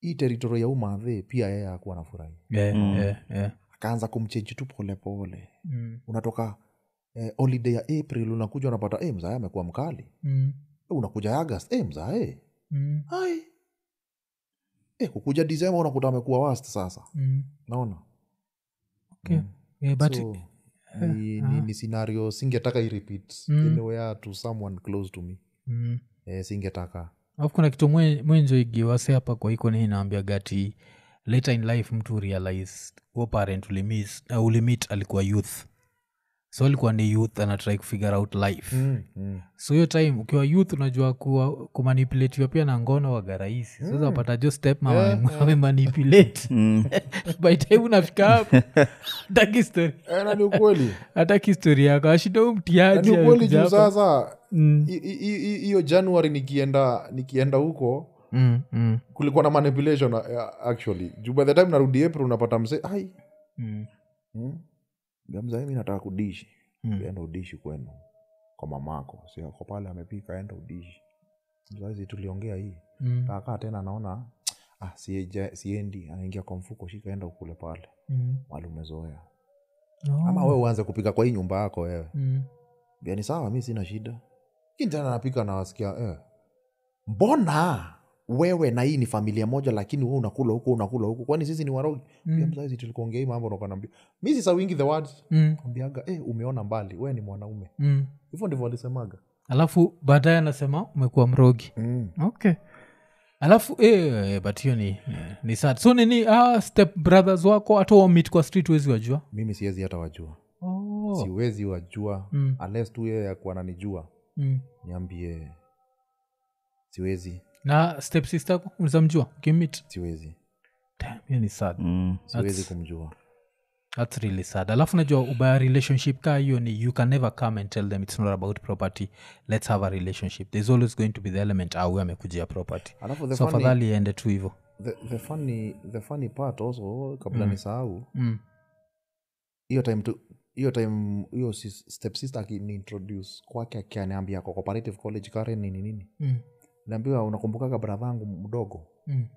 Speaker 1: hii teritory ya umadhe pia yeye akuwa nafurahi
Speaker 2: Yeah,
Speaker 3: Mm.
Speaker 2: yeah, yeah.
Speaker 1: akaanza kumchenji tu polepole
Speaker 2: Mm,
Speaker 1: unatoka eh, holiday ya april unakuja unapata hey, mzae amekuwa mkali
Speaker 2: mm,
Speaker 1: Eh, unakuja agast hey, mzae
Speaker 2: mm,
Speaker 1: ai eh, kukuja disemba unakuta amekuwa wast sasa
Speaker 2: mm.
Speaker 1: naona
Speaker 2: Okay.
Speaker 1: Mm.
Speaker 2: Yeah, but eh, ah,
Speaker 1: so, ni, ni, ni scenario singetaka irepeat
Speaker 2: Mm.
Speaker 1: in a way to someone close to me
Speaker 2: mm.
Speaker 1: eh, singetaka
Speaker 2: alafu kuna kitu mwe- mwenjoigiwase hapa kwa iko nii naambia gati later in life mtu realize huo parent ulimis- uh, ulimit alikuwa youth so alikuwa ni youth anatrai kufigure out life
Speaker 1: mm. Mm.
Speaker 2: so hiyo time ukiwa youth unajua kuwa kumanipulatiwa pia na ngono waga rahisi
Speaker 1: Mm.
Speaker 2: sasa wapata jo step [laughs] amemanipulate
Speaker 1: [laughs]
Speaker 3: Mm.
Speaker 2: by time unafika hapo hataki story-
Speaker 1: Eh, na ni ukweli
Speaker 2: hataki histori yako ashinda huu
Speaker 1: Na ni
Speaker 2: mtiaji
Speaker 1: Yaani ukweli
Speaker 2: amekuja
Speaker 1: juu
Speaker 2: hapa.
Speaker 1: sasa
Speaker 2: Mm,
Speaker 1: hi- hi- hi- hiyo januari nikienda nikienda huko
Speaker 2: mm, mm,
Speaker 1: kulikuwa na manipulation uh, actually juu by the time narudi april unapata mse ai
Speaker 2: mm,
Speaker 1: hmm? gamza mi nataka kudishi
Speaker 2: mm.
Speaker 1: enda udishi kwenu kwa mamako siako pale amepika enda udishi mzazi tuliongea hii
Speaker 2: Mm,
Speaker 1: kakaa tena anaona ah, sieja- siendi anaingia kwa mfuko shika enda ukule pale
Speaker 2: mm.
Speaker 1: mali umezoea
Speaker 2: Oh.
Speaker 1: ama wewe uanze kupika kwa hii nyumba yako wewe
Speaker 2: Mm.
Speaker 1: yani Yaani sawa mi sina shida lakini tena napika nawasikia eh. mbona wewe na hii ni familia moja lakini we unakula huku unakula huku kwani sisi ni warogi mm.
Speaker 2: Mm.
Speaker 1: mzazi tulikuongea hii mambo nakanambia mi sisawingi the words
Speaker 2: Mm.
Speaker 1: ambiaga eh, umeona mbali we ni mwanaume
Speaker 2: Mm.
Speaker 1: hivyo ndivyo alisemaga
Speaker 2: alafu baadaye anasema umekuwa mrogi
Speaker 1: mm.
Speaker 2: okay alafu eh, eh, but hiyo ni, ni sad so nini ah, step brothers wako hata wamit kwa street wezi wajua
Speaker 1: mimi siwezi hata wajua
Speaker 2: oh.
Speaker 1: siwezi wajua
Speaker 2: Mm.
Speaker 1: unless tu yeye akuwa nanijua
Speaker 2: mm.
Speaker 1: niambie siwezi
Speaker 2: na step sister ako ulizamjua ukimit
Speaker 1: siwezi
Speaker 2: hiyo ni sad
Speaker 3: Mm.
Speaker 1: siwezi
Speaker 2: That's-
Speaker 1: kumjua
Speaker 2: thats really sad alafu najua ubaya relationship ka hiyo ni you can never come and tell them it's not about property let's have a relationship there's always going to be the element awe amekujia property
Speaker 1: alafu the,
Speaker 2: so
Speaker 1: funny,
Speaker 2: afadhali aende tu hivo
Speaker 1: the, the, funny, the funny part also kabla
Speaker 2: Mm.
Speaker 1: nisahau
Speaker 2: mm.
Speaker 1: hiyo time tu hiyo time hiyo step sister akiniintroduce kwake akianiambia kwa cooperative college karen nini nini
Speaker 2: mm.
Speaker 1: naambiwa unakumbukaga bradhangu mdogo Eh,
Speaker 2: mm.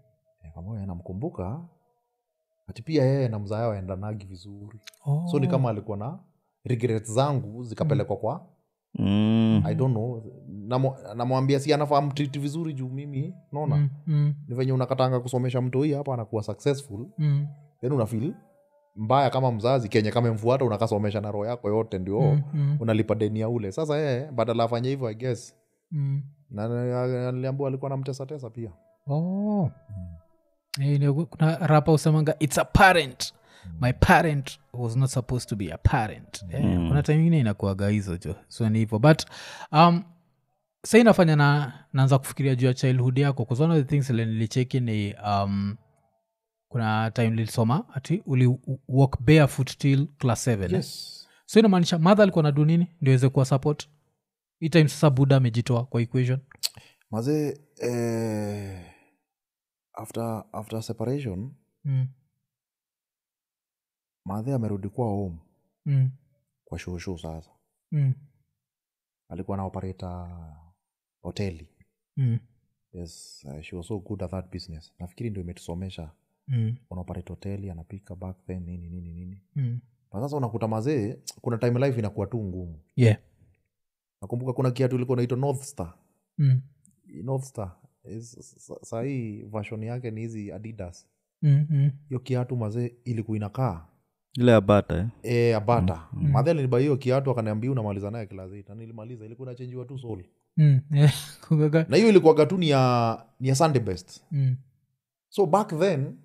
Speaker 1: kamao anamkumbuka ati pia yeye na mzaya waendanagi vizuri
Speaker 2: oh.
Speaker 1: so ni kama alikuwa na regret zangu zikapelekwa kwa
Speaker 3: Mm.
Speaker 1: i don't know Namo- namwambia si anafaa mtriti vizuri juu mimi naona
Speaker 2: mm. mm.
Speaker 1: ni venye unakatanga kusomesha mtu hii hapa anakuwa successful
Speaker 2: mm.
Speaker 1: then unafil mbaya kama mzazi kenye kamemfuata unakasomesha na roho yako yote ndio
Speaker 2: mm. mm.
Speaker 1: unalipa deni ya ule sasa yeye badala afanye hivyo i guess
Speaker 2: mm.
Speaker 1: na na- niliambiwa alikuwa namtesatesa pia
Speaker 2: oh. Eh, ni- kuna rapa usemanga its a parent my parent was not supposed to be a parent Eh,
Speaker 3: Mm.
Speaker 2: kuna time ingine inakuaga hizo jo so ni hivyo but um, sa inafanya na naanza kufikiria juu ya childhood yako 'cause one of the things ile nilicheki ni um, kuna time nilisoma ati uli u- walk barefoot till class 7
Speaker 1: yes.
Speaker 2: so inamaanisha madha alikuwa na do nini ndio aweze kuwa support hii time sasa buda amejitoa kwa equation
Speaker 1: mazee eh, after, after separation
Speaker 2: mm.
Speaker 1: madhe amerudi kwa home
Speaker 2: Mm.
Speaker 1: kwa shushu sasa
Speaker 2: Mm.
Speaker 1: alikuwa na opereta hoteli
Speaker 2: Mm.
Speaker 1: yes uh, she was so good at that business nafikiri ndio imetusomesha
Speaker 2: Mm.
Speaker 1: unaoperate hoteli anapika back then nini nini nini
Speaker 2: Mm.
Speaker 1: na sasa unakuta mazee kuna time life inakuwa tu ngumu
Speaker 2: yeah
Speaker 1: nakumbuka kuna kiatu ilikuwa naitwa north star
Speaker 2: mm.
Speaker 1: north star is- sa- sahii version yake ni hizi adidas
Speaker 2: Mm. Mm.
Speaker 1: hiyo kiatu mazee ilikuwa inakaa
Speaker 3: ile abata eh?
Speaker 1: e, abata mm. madhe alinibai hiyo kiatu akaniambia unamaliza naye kilazita nilimaliza ilikuwa inachenjiwa tu sol
Speaker 2: Mm. Yeah. [laughs] Kugaga.
Speaker 1: na hiyo ilikuwa gatu ni ya, ni ya sunday best
Speaker 2: Mm.
Speaker 1: so back then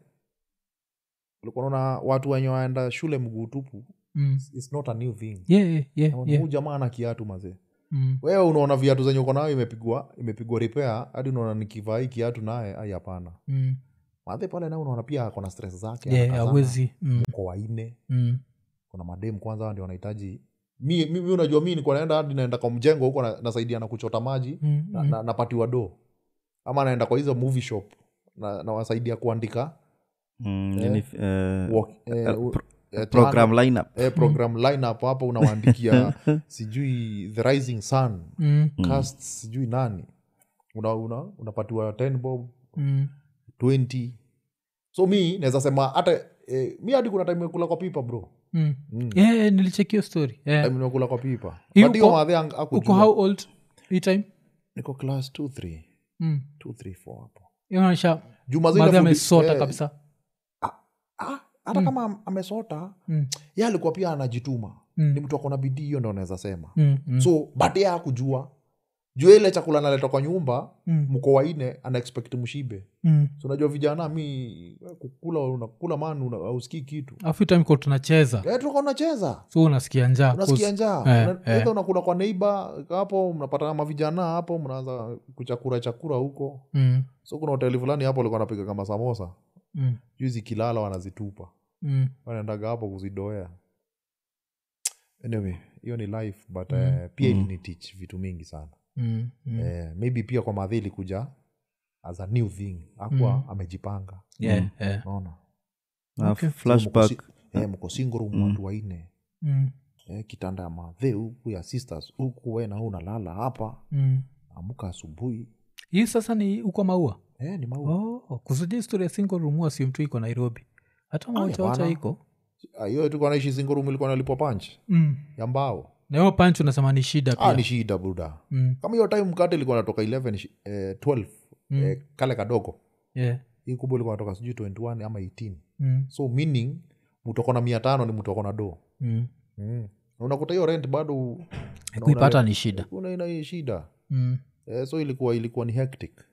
Speaker 1: ulikuwa naona watu wenye waenda shule mguu tupu
Speaker 2: Mm.
Speaker 1: its not a new thing
Speaker 2: Yeah, yeah, yeah,
Speaker 1: Naona
Speaker 2: yeah.
Speaker 1: huu jamaa ana kiatu mazee
Speaker 2: Mm.
Speaker 1: wewe unaona viatu zenye uko nayo imepigwa imepigwa repair hadi unaona nikivaa hii kiatu naye ai hapana
Speaker 2: Mm.
Speaker 1: madhe pale naye unaona pia ako na stress zake
Speaker 2: Yeah,
Speaker 1: anakazana,
Speaker 2: hawezi. Mm.
Speaker 1: uko waine
Speaker 2: Mm.
Speaker 1: kuna madem kwanza hao ndio wanahitaji mi, mi, mi unajua mi nikuwa naenda hadi naenda kwa mjengo huko na- nasaidia na kuchota maji
Speaker 2: Mm.
Speaker 1: na, na, napatiwa do ama naenda kwa hizo movie shop na- nawasaidia kuandika
Speaker 3: Mm,
Speaker 1: Eh.
Speaker 3: nini, eh,
Speaker 1: walk- eh,
Speaker 3: eh,
Speaker 1: u-
Speaker 3: pro-
Speaker 1: eh,
Speaker 3: program lineup
Speaker 1: eh, program
Speaker 2: Mm-hmm.
Speaker 1: lineup hapa unawaandikia sijui the rising sun
Speaker 2: mm,
Speaker 1: cast sijui nani una, una, unapatiwa 10 bob
Speaker 2: mm,
Speaker 1: 20 so mi naweza sema hata eh, mi hadi kuna time nimekula kwa pipa bro
Speaker 2: mm.
Speaker 1: Mm.
Speaker 2: Yeah, yeah, nilichekio story yeah.
Speaker 1: time nimekula kwa pipa
Speaker 2: Hiyo
Speaker 1: But hiyo
Speaker 2: uko-
Speaker 1: madhe ang-
Speaker 2: uko
Speaker 1: hakujua
Speaker 2: how old hii time
Speaker 1: niko class 2 3
Speaker 2: mm.
Speaker 1: 2 3 4 hapo
Speaker 2: inaonyesha
Speaker 1: juma
Speaker 2: madhe
Speaker 1: zile
Speaker 2: amesota
Speaker 1: eh,
Speaker 2: kabisa
Speaker 1: ah, hata kama am- amesota
Speaker 2: Mm,
Speaker 1: ye alikuwa pia anajituma
Speaker 2: Mm.
Speaker 1: ni mtu akona bidii hiyo ndo naweza sema
Speaker 2: mm, mm,
Speaker 1: so but ye hakujua jua ile chakula naleta kwa nyumba
Speaker 2: mm,
Speaker 1: mko waine anaexpect mshibe
Speaker 2: mm.
Speaker 1: so unajua vijana mi kukula unakula manu una- hausikii kitu
Speaker 2: afu time ko tunacheza
Speaker 1: Eh, tulikuwa unacheza
Speaker 2: so unasikia njaa
Speaker 1: unasikia
Speaker 2: cause-
Speaker 1: njaa
Speaker 2: Eh,
Speaker 1: Una-
Speaker 2: eh.
Speaker 1: either unakula kwa neiba hapo mnapatana mavijana hapo mnaanza kuchakura chakura huko
Speaker 2: Mm,
Speaker 1: so kuna hoteli fulani hapo alikuwa anapiga kama samosa
Speaker 2: mm,
Speaker 1: juu zikilala wanazitupa
Speaker 2: mm,
Speaker 1: wanaendaga hapo kuzidoea anyway hiyo ni life but
Speaker 2: Mm.
Speaker 1: eh, pia
Speaker 3: Mm.
Speaker 1: ilinitich vitu mingi sana
Speaker 2: mm, mm.
Speaker 1: Eh, maybe pia kwa madhi ilikuja as a new thing akuwa
Speaker 2: Mm.
Speaker 1: amejipanga
Speaker 2: Yeah, yeah.
Speaker 1: naona
Speaker 3: Na
Speaker 2: Okay.
Speaker 3: Ah, flashback
Speaker 1: eh, mko single room
Speaker 3: Mm.
Speaker 2: Mm-hmm.
Speaker 1: watu waine
Speaker 2: Mm,
Speaker 1: eh, kitanda ya madhe huku ya sisters huku we na unalala hapa
Speaker 2: mm.
Speaker 1: amka asubuhi
Speaker 2: hii sasa ni uko maua
Speaker 1: eh, ni maua
Speaker 2: oh, kusudia historia single room asio mtu iko nairobi hata maochaocha
Speaker 1: bwana.
Speaker 2: iko
Speaker 1: Ah, hiyo tulikuwa naishi single room ilikuwa nalipwa punch
Speaker 2: mm.
Speaker 1: ya mbao
Speaker 2: nao panch unasema ni shida pia
Speaker 1: ah, ni shida bruda
Speaker 2: mm.
Speaker 1: kama hiyo time mkate ilikuwa natoka 11 shi- eh, 12
Speaker 2: Mm.
Speaker 1: eh, kale kadogo
Speaker 2: yeah.
Speaker 1: hii kubwa ilikuwa natoka sijui 21 ama 18
Speaker 2: mm.
Speaker 1: so meaning mtu akona mia tano ni mtu akona do
Speaker 2: mm.
Speaker 1: mm. Na unakuta hiyo rent bado unaona-
Speaker 2: kuipata ni shida
Speaker 1: una ina hii shida
Speaker 2: mm.
Speaker 1: eh, so ilikuwa ilikuwa ni hectic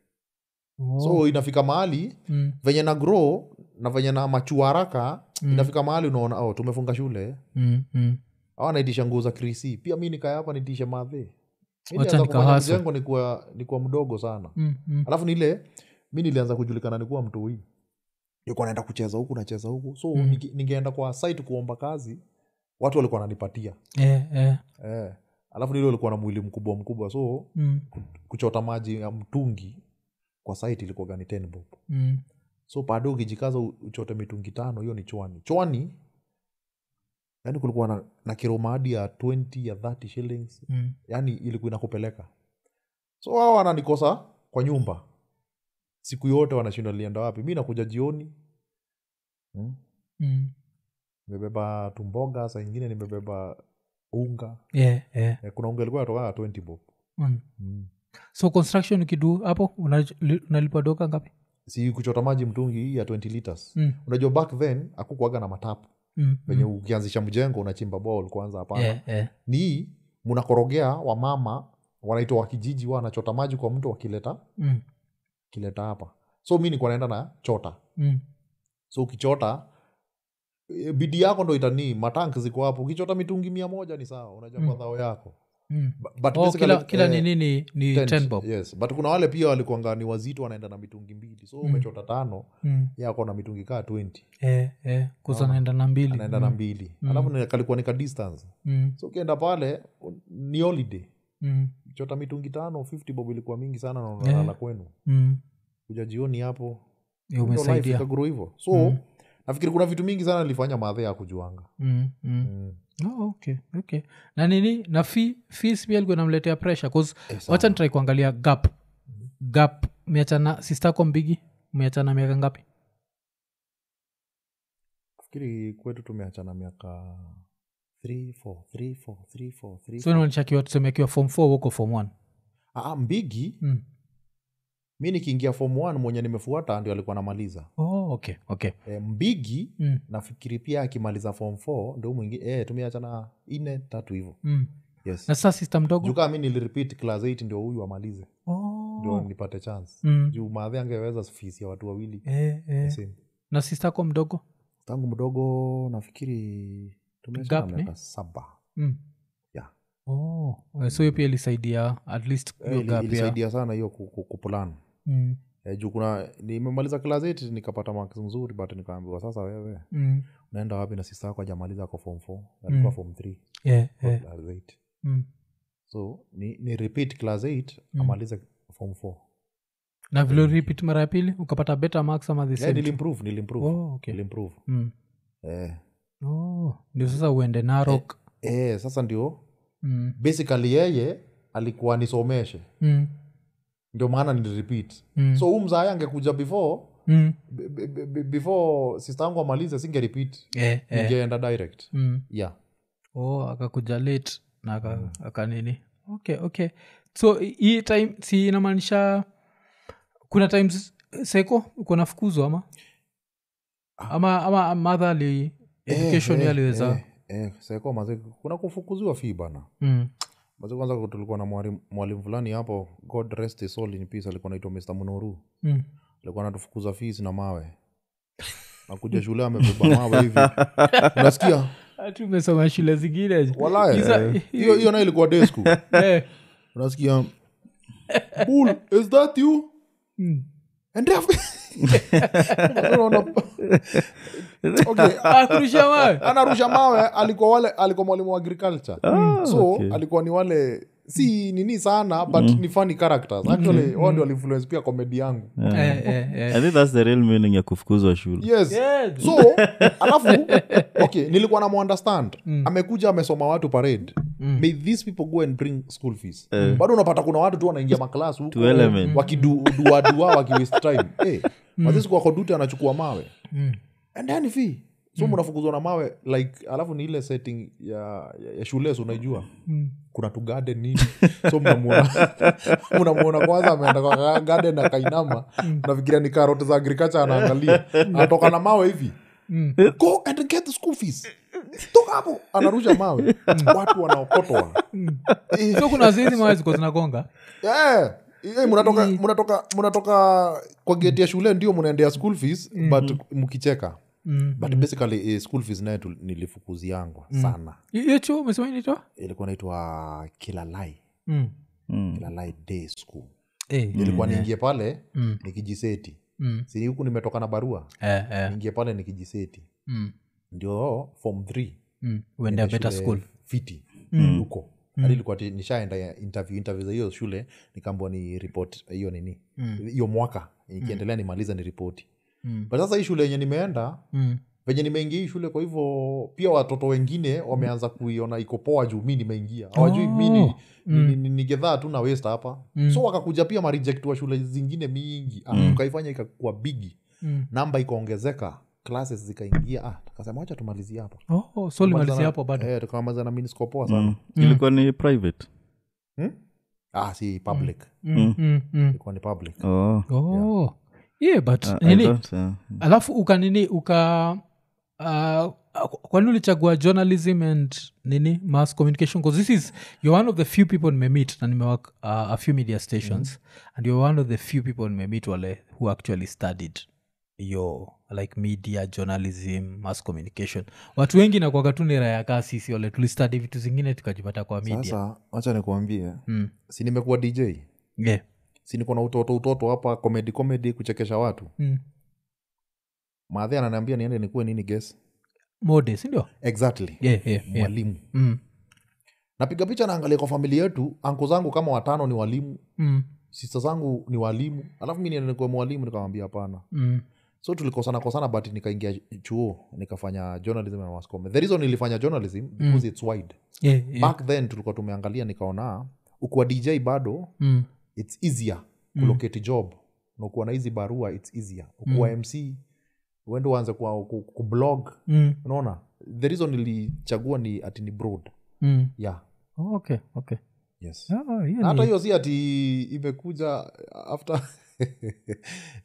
Speaker 2: oh.
Speaker 1: so inafika mahali
Speaker 2: mm.
Speaker 1: venye na grow na venye na machua haraka
Speaker 2: Mm.
Speaker 1: inafika mahali unaona oh, tumefunga shule
Speaker 2: Mm. Mm.
Speaker 1: au anaitisha nguo za krisi pia mi nikaya hapa nitishe madhe Mi
Speaker 2: Wacha
Speaker 1: nilianza kufanya
Speaker 2: nikahasa.
Speaker 1: mjengo nikuwa, nikuwa mdogo sana
Speaker 2: Mm. Mm.
Speaker 1: alafu nile mi nilianza kujulikana nikuwa mtoi nilikuwa naenda kucheza huku nacheza huku so
Speaker 2: Mm.
Speaker 1: nige- ningeenda kwa site kuomba kazi watu walikuwa wananipatia
Speaker 2: Eh, eh.
Speaker 1: eh. alafu nile walikuwa na mwili mkubwa mkubwa so
Speaker 2: Mm.
Speaker 1: kuchota maji ya mtungi kwa site ilikuwa gani 10 bob
Speaker 2: Mm.
Speaker 1: so baadae ukijikaza u- uchote mitungi tano hiyo ni chwani chwani yani kulikuwa na, na kiroma hadi ya 20 ya 30 shillings
Speaker 2: Mm.
Speaker 1: yani Yaani ilikuwa inakupeleka so wao wananikosa kwa nyumba siku yote wanashinda lienda wapi mi nakuja jioni hmm?
Speaker 2: Mm.
Speaker 1: nimebeba tumboga saa ingine nimebeba unga
Speaker 2: Yeah, yeah.
Speaker 1: eh, kuna unga ilikuwa natokaa 20 bob
Speaker 2: Mm.
Speaker 1: mm.
Speaker 2: so construction ukidu hapo unaj- li- unalipa doka ngapi
Speaker 1: si kuchota maji mtungi hii ya 20 liters
Speaker 2: Mm.
Speaker 1: unajua back then akukuaga na matapu
Speaker 2: Mm.
Speaker 1: venye
Speaker 2: Mm.
Speaker 1: ukianzisha mjengo unachimba bol kwanza hapana
Speaker 2: Yeah, yeah.
Speaker 1: ni hii mnakorogea wamama wanaitwa wakijiji wanachota maji kwa mtu wakileta
Speaker 2: Mm.
Speaker 1: kileta hapa so mi nikuwa naenda na chota
Speaker 2: Mm.
Speaker 1: so ukichota eh, bidii yako ndo itanii matank ziko hapo ukichota mitungi mia moja ni sawa unajua
Speaker 2: Mm.
Speaker 1: mm. dhao yako
Speaker 2: Mm.
Speaker 1: Bu- but
Speaker 2: Oh,
Speaker 1: basically,
Speaker 2: kila, kila
Speaker 1: eh,
Speaker 2: nini ni, ni
Speaker 1: tent,
Speaker 2: ten bob
Speaker 1: yes. but kuna wale pia walikuanga ni wazito wanaenda na mitungi mbili so
Speaker 2: Hmm.
Speaker 1: umechota tano
Speaker 2: Mm.
Speaker 1: yako na mitungi kaa 20
Speaker 2: Eh, eh. Kuza
Speaker 1: Naona.
Speaker 2: naenda na mbili
Speaker 1: anaenda na mbili
Speaker 2: Mm.
Speaker 1: alafu ni- kalikuwa nika distance
Speaker 2: Mm.
Speaker 1: so ukienda pale un- ni holiday
Speaker 2: Mm.
Speaker 1: chota mitungi tano 50 bob ilikuwa mingi sana na
Speaker 2: Yeah.
Speaker 1: unalala kwenu
Speaker 2: Mm.
Speaker 1: kuja jioni hapo
Speaker 2: Eh,
Speaker 1: Ndio life
Speaker 2: umesaidia
Speaker 1: ikaguru hivyo so
Speaker 2: Mm.
Speaker 1: nafikiri kuna vitu mingi sana nilifanya madhe ya kujuanga
Speaker 2: Mm. Mm.
Speaker 1: mm.
Speaker 2: Oh, okay, okay. na nini na fi- fees pia alikuwa namletea pressure bcause
Speaker 1: Eh, sana.
Speaker 2: wacha nitrai kuangalia gap gap miachana sistako mbigi miachana miaka ngapi
Speaker 1: nafikiri kwetu tumeachana miaka 3, 4, 3, 4, 3, 4, 3.
Speaker 2: so inaonyesha akiwa tuseme akiwa form four woko form one
Speaker 1: Ah, mbigi
Speaker 2: mm.
Speaker 1: mi nikiingia form 1 mwenye nimefuata ndio alikuwa namaliza
Speaker 2: oh, okay okay
Speaker 1: e, mbigi
Speaker 2: mm.
Speaker 1: nafikiri pia akimaliza form 4 ndo mwingine e, tumeachana ine tatu hivo
Speaker 2: Mm.
Speaker 1: yes.
Speaker 2: na sasa sista mdogo
Speaker 1: jukaa mi nilirepeat class 8 ndio huyu amalize ndio
Speaker 2: oh.
Speaker 1: nipate chance
Speaker 2: mm.
Speaker 1: juu maadhi angeweza fees ya watu wawili
Speaker 2: eh, eh.
Speaker 1: Same.
Speaker 2: na sistako mdogo
Speaker 1: tangu mdogo nafikiri tumeachana
Speaker 2: Gap ni?
Speaker 1: miaka saba
Speaker 2: mm.
Speaker 1: Yeah. Eh,
Speaker 2: oh. eh, so hiyo pia ilisaidia at least hiyo
Speaker 1: Ili-
Speaker 2: gap ya
Speaker 1: ilisaidia sana hiyo ku- ku- kuplan
Speaker 2: mm.
Speaker 1: Eh, juu kuna nimemaliza class eight, nikapata marks mzuri but nikaambiwa sasa wewe
Speaker 2: Mm.
Speaker 1: unaenda wapi na sista yako ajamaliza ako form 4 alikuwa
Speaker 2: Mm.
Speaker 1: form 3
Speaker 2: Yeah,
Speaker 1: kwa
Speaker 2: yeah.
Speaker 1: class 8
Speaker 2: Mm.
Speaker 1: so ni, ni repeat class 8
Speaker 2: Mm.
Speaker 1: amalize form Eh, 4
Speaker 2: na vile repeat mara ya pili ukapata better marks ama the
Speaker 1: yeah,
Speaker 2: same
Speaker 1: nilimprove nilimprove
Speaker 2: Oh, okay.
Speaker 1: nilimprove
Speaker 2: Mm.
Speaker 1: eh,
Speaker 2: Oh, oh, ndio sasa uende narok
Speaker 1: eh, sasa ndio
Speaker 2: mm.
Speaker 1: basically yeye alikuwa nisomeshe
Speaker 2: Mm.
Speaker 1: ndio maana nilirepeat
Speaker 2: Mm.
Speaker 1: so huu mzae angekuja before
Speaker 2: Mm.
Speaker 1: b- b- b- before sista yangu amalize singerepeat
Speaker 2: Eh, eh.
Speaker 1: ningeenda direct
Speaker 2: Mm.
Speaker 1: yeah
Speaker 2: oh, akakuja late na aka, akanini okay okay so hii time si inamaanisha kuna times seko uko nafukuzwa ama ama ama madha ali education Ah. eh, aliweza
Speaker 1: eh, eh, seko maze kuna kufukuziwa fii bana
Speaker 2: Mm,
Speaker 1: maze kwanza tulikuwa na mwalimu mwalimu fulani hapo god rest his soul in peace alikuwa naitwa mr mnoru
Speaker 2: mm.
Speaker 1: alikuwa anatufukuza fees na mawe nakuja shule amebeba mawe hivi unasikia
Speaker 2: Ah, tumesoma shule zingine
Speaker 1: walaya
Speaker 2: Hizo-
Speaker 1: hiyo hiyo nayo ilikuwa desku
Speaker 2: Eh,
Speaker 1: unasikia bull is that you
Speaker 2: mm.
Speaker 1: endefu [laughs]
Speaker 2: [laughs]
Speaker 1: okay,
Speaker 2: akurusha [laughs] mawe
Speaker 1: anarusha mawe alikuwa wale alikuwa mwalimu wa agriculture Hmm.
Speaker 3: Ah,
Speaker 1: so
Speaker 3: okay. Hmm.
Speaker 1: alikuwa ni wale si nini sana but ni funny characters actually wao ndio waliinfluence pia komedi yangu
Speaker 2: Eh, eh, eh.
Speaker 3: i think that's the real meaning ya kufukuzwa shule
Speaker 1: yes
Speaker 2: Yes.
Speaker 1: so alafu okay nilikuwa namuunderstand amekuja amesoma watu parade may these people go and bring school fees bado unapata kuna watu tu wanaingia maklas huko
Speaker 3: Two element.
Speaker 1: wakiduadua wakiwaste time Eh. hey, mazisiku wako dute anachukua mawe and then fee so mnafukuzwa na mawe like alafu ni ile setting ya, ya, ya shules unaijua kuna tu garden nini so mnamuona [laughs] mnamuona kwanza ameenda kwa ga- garden akainama nafikiria ni karot za agriculture anaangalia anatoka na mawe hivi
Speaker 2: Mm.
Speaker 1: go and get the school fees toka hapo anarusha mawe watu wanaokotwa Eh,
Speaker 2: so kuna zizi mawe ziko zinagonga
Speaker 1: eh, eh, mnatoka mnatoka mnatoka kwa geti ya shule ndio mnaendea school fees but mkicheka
Speaker 2: Mm.
Speaker 1: but basically eh, school fees naye tu- nilifukuziangwa sana
Speaker 2: hiyo chuo umesema inaitwa
Speaker 1: ilikuwa naitwa kilalai
Speaker 2: Mm.
Speaker 3: Mm.
Speaker 1: kilalai day school
Speaker 2: Eh,
Speaker 1: nilikuwa niingie pale
Speaker 2: Mm.
Speaker 1: nikijiseti
Speaker 2: mm.
Speaker 1: si huku nimetoka na barua
Speaker 2: Eh, eh,
Speaker 1: niingie pale nikijiseti
Speaker 2: mm.
Speaker 1: ndio form th
Speaker 2: Mm. uende a better school Mm.
Speaker 1: fiti huko hadi ilikuwa ati nishaenda ya interview interview za hiyo shule nikaambua ni report hiyo nini hiyo mwaka ikiendelea nimaliza ni ripoti
Speaker 2: Mm.
Speaker 1: but sasa hii shule yenye nimeenda
Speaker 2: Mm.
Speaker 1: venye nimeingia hii shule kwa hivyo pia watoto wengine wameanza kuiona iko poa juu mi nimeingia hawajui oh, mi ni-
Speaker 2: Mm.
Speaker 1: ni- ni- nigedhaa tu na west hapa mm. so wakakuja pia mareject wa shule zingine mingi ah, tukaifanya ikakuwa bigi
Speaker 2: Mm.
Speaker 1: namba ikaongezeka classes zikaingia ah, tukasema wacha tumalizie hapa
Speaker 2: Oh, oh, so limalizia hapo bado
Speaker 1: eh, tukamaliza na minisco poa sana
Speaker 3: Mm. ilikuwa ni private
Speaker 1: ah, si public
Speaker 2: Mm, mm, mm.
Speaker 1: ilikuwa ni public
Speaker 3: oh.
Speaker 2: Oh. yeah but
Speaker 3: I- I
Speaker 2: nini
Speaker 3: thought, uh,
Speaker 2: alafu ukanini uka uh, kwani ulichagua journalism and nini mass communication because this is you're one of the few people nimemeet na nimework uh, a few media stations and you're one of the few people nimemeet wale who actually studied yo like media journalism mass communication watu wengi nakuaga tu nira ya kaa sisi wale tulistudy vitu zingine tukajipata kwa media
Speaker 1: sasa wacha nikuambie
Speaker 2: Mm.
Speaker 1: si nimekuwa dj
Speaker 2: yeah.
Speaker 1: si niko na utoto utoto hapa komedi komedi kuchekesha watu
Speaker 2: mm.
Speaker 1: maadhi ananiambia niende nikuwe nini guess
Speaker 2: mode sindio
Speaker 1: exactly
Speaker 2: yeah, yeah, yeah.
Speaker 1: mwalimu
Speaker 2: mm.
Speaker 1: napiga picha naangalia kwa familia yetu anko zangu kama watano ni walimu
Speaker 2: Mm.
Speaker 1: sista zangu ni walimu alafu mi niende nikuwe mwalimu nikamwambia hapana
Speaker 2: Mm.
Speaker 1: so tulikosana kosana but nikaingia chuo nikafanya journalism and mass comm. the reason nilifanya journalism because it's wide
Speaker 2: Yeah, Mm. yeah.
Speaker 1: back then tulikuwa tumeangalia nikaona ukuwa dj bado
Speaker 2: Mm.
Speaker 1: it's easier kulocate job na ukuwa na hizi barua it's easier ukuwa mc uende uanze kwa- ku- kublog
Speaker 2: Mm.
Speaker 1: unaona the reason nilichagua ni ati ni broad
Speaker 2: Mm.
Speaker 1: yeah
Speaker 2: Oh, okay okay
Speaker 1: yes
Speaker 2: Ah, hiyo
Speaker 1: Na hata
Speaker 2: ni-
Speaker 1: hiyo si ati imekuja after [laughs]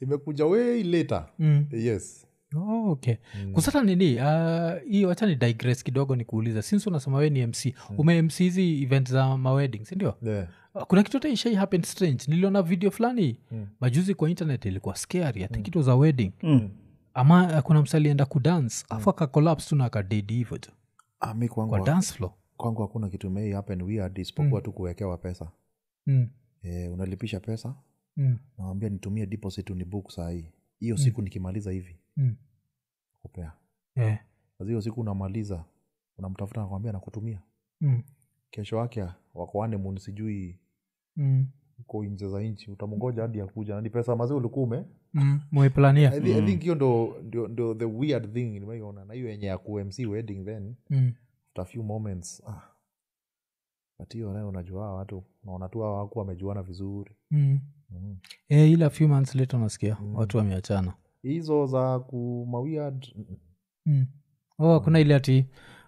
Speaker 1: imekuja way later
Speaker 2: Mm.
Speaker 1: yes Hmm.
Speaker 2: Oh, okay kusata nini uh, hii wacha ni digress kidogo nikuuliza since unasema we ni mc
Speaker 1: Mm.
Speaker 2: ume mc hizi event za mawedding sindio
Speaker 1: yeah.
Speaker 2: Uh, kuna kitu taishai happen strange niliona video fulani
Speaker 1: Mm.
Speaker 2: majuzi kwa internet ilikuwa scary I think it was a wedding
Speaker 3: mm.
Speaker 2: ama uh, kuna msalienda kudance
Speaker 1: Mm.
Speaker 2: afu akakolapse tu na akadedi hivyo tu
Speaker 1: Ah, mi
Speaker 2: kwa
Speaker 1: kwangu,
Speaker 2: dance floor
Speaker 1: kwangu hakuna kitu mei happen weird isipokuwa tu kuwekewa pesa
Speaker 2: mm.
Speaker 1: e, unalipisha pesa
Speaker 2: Mm.
Speaker 1: nawambia nitumie deposit ni book sahii hiyo siku nikimaliza hivi
Speaker 2: Mm.
Speaker 1: kupea
Speaker 2: Eh.
Speaker 1: sasa hiyo siku unamaliza unamtafuta nakwambia nakutumia
Speaker 2: Mm.
Speaker 1: kesho yake wako honeymoon sijui
Speaker 2: Mm.
Speaker 1: uko nje za nchi utamngoja hadi akuja nani pesa mazee ulikuwa ume
Speaker 2: mm, mweplania
Speaker 1: I thi- i think hiyo ndo, ndo, ndo the weird thing nimeiona na hiyo yenye ya kumc wedding then
Speaker 2: mm.
Speaker 1: after few moments ah. but hiyo nayo unajua hawa watu naona tu hawa waku wamejuana vizuri
Speaker 2: mm.
Speaker 1: mm.
Speaker 2: e, ila few months later unasikia
Speaker 1: Mm.
Speaker 2: watu wameachana
Speaker 1: hizo za kumawiad
Speaker 2: mm. oh, hakuna ile ati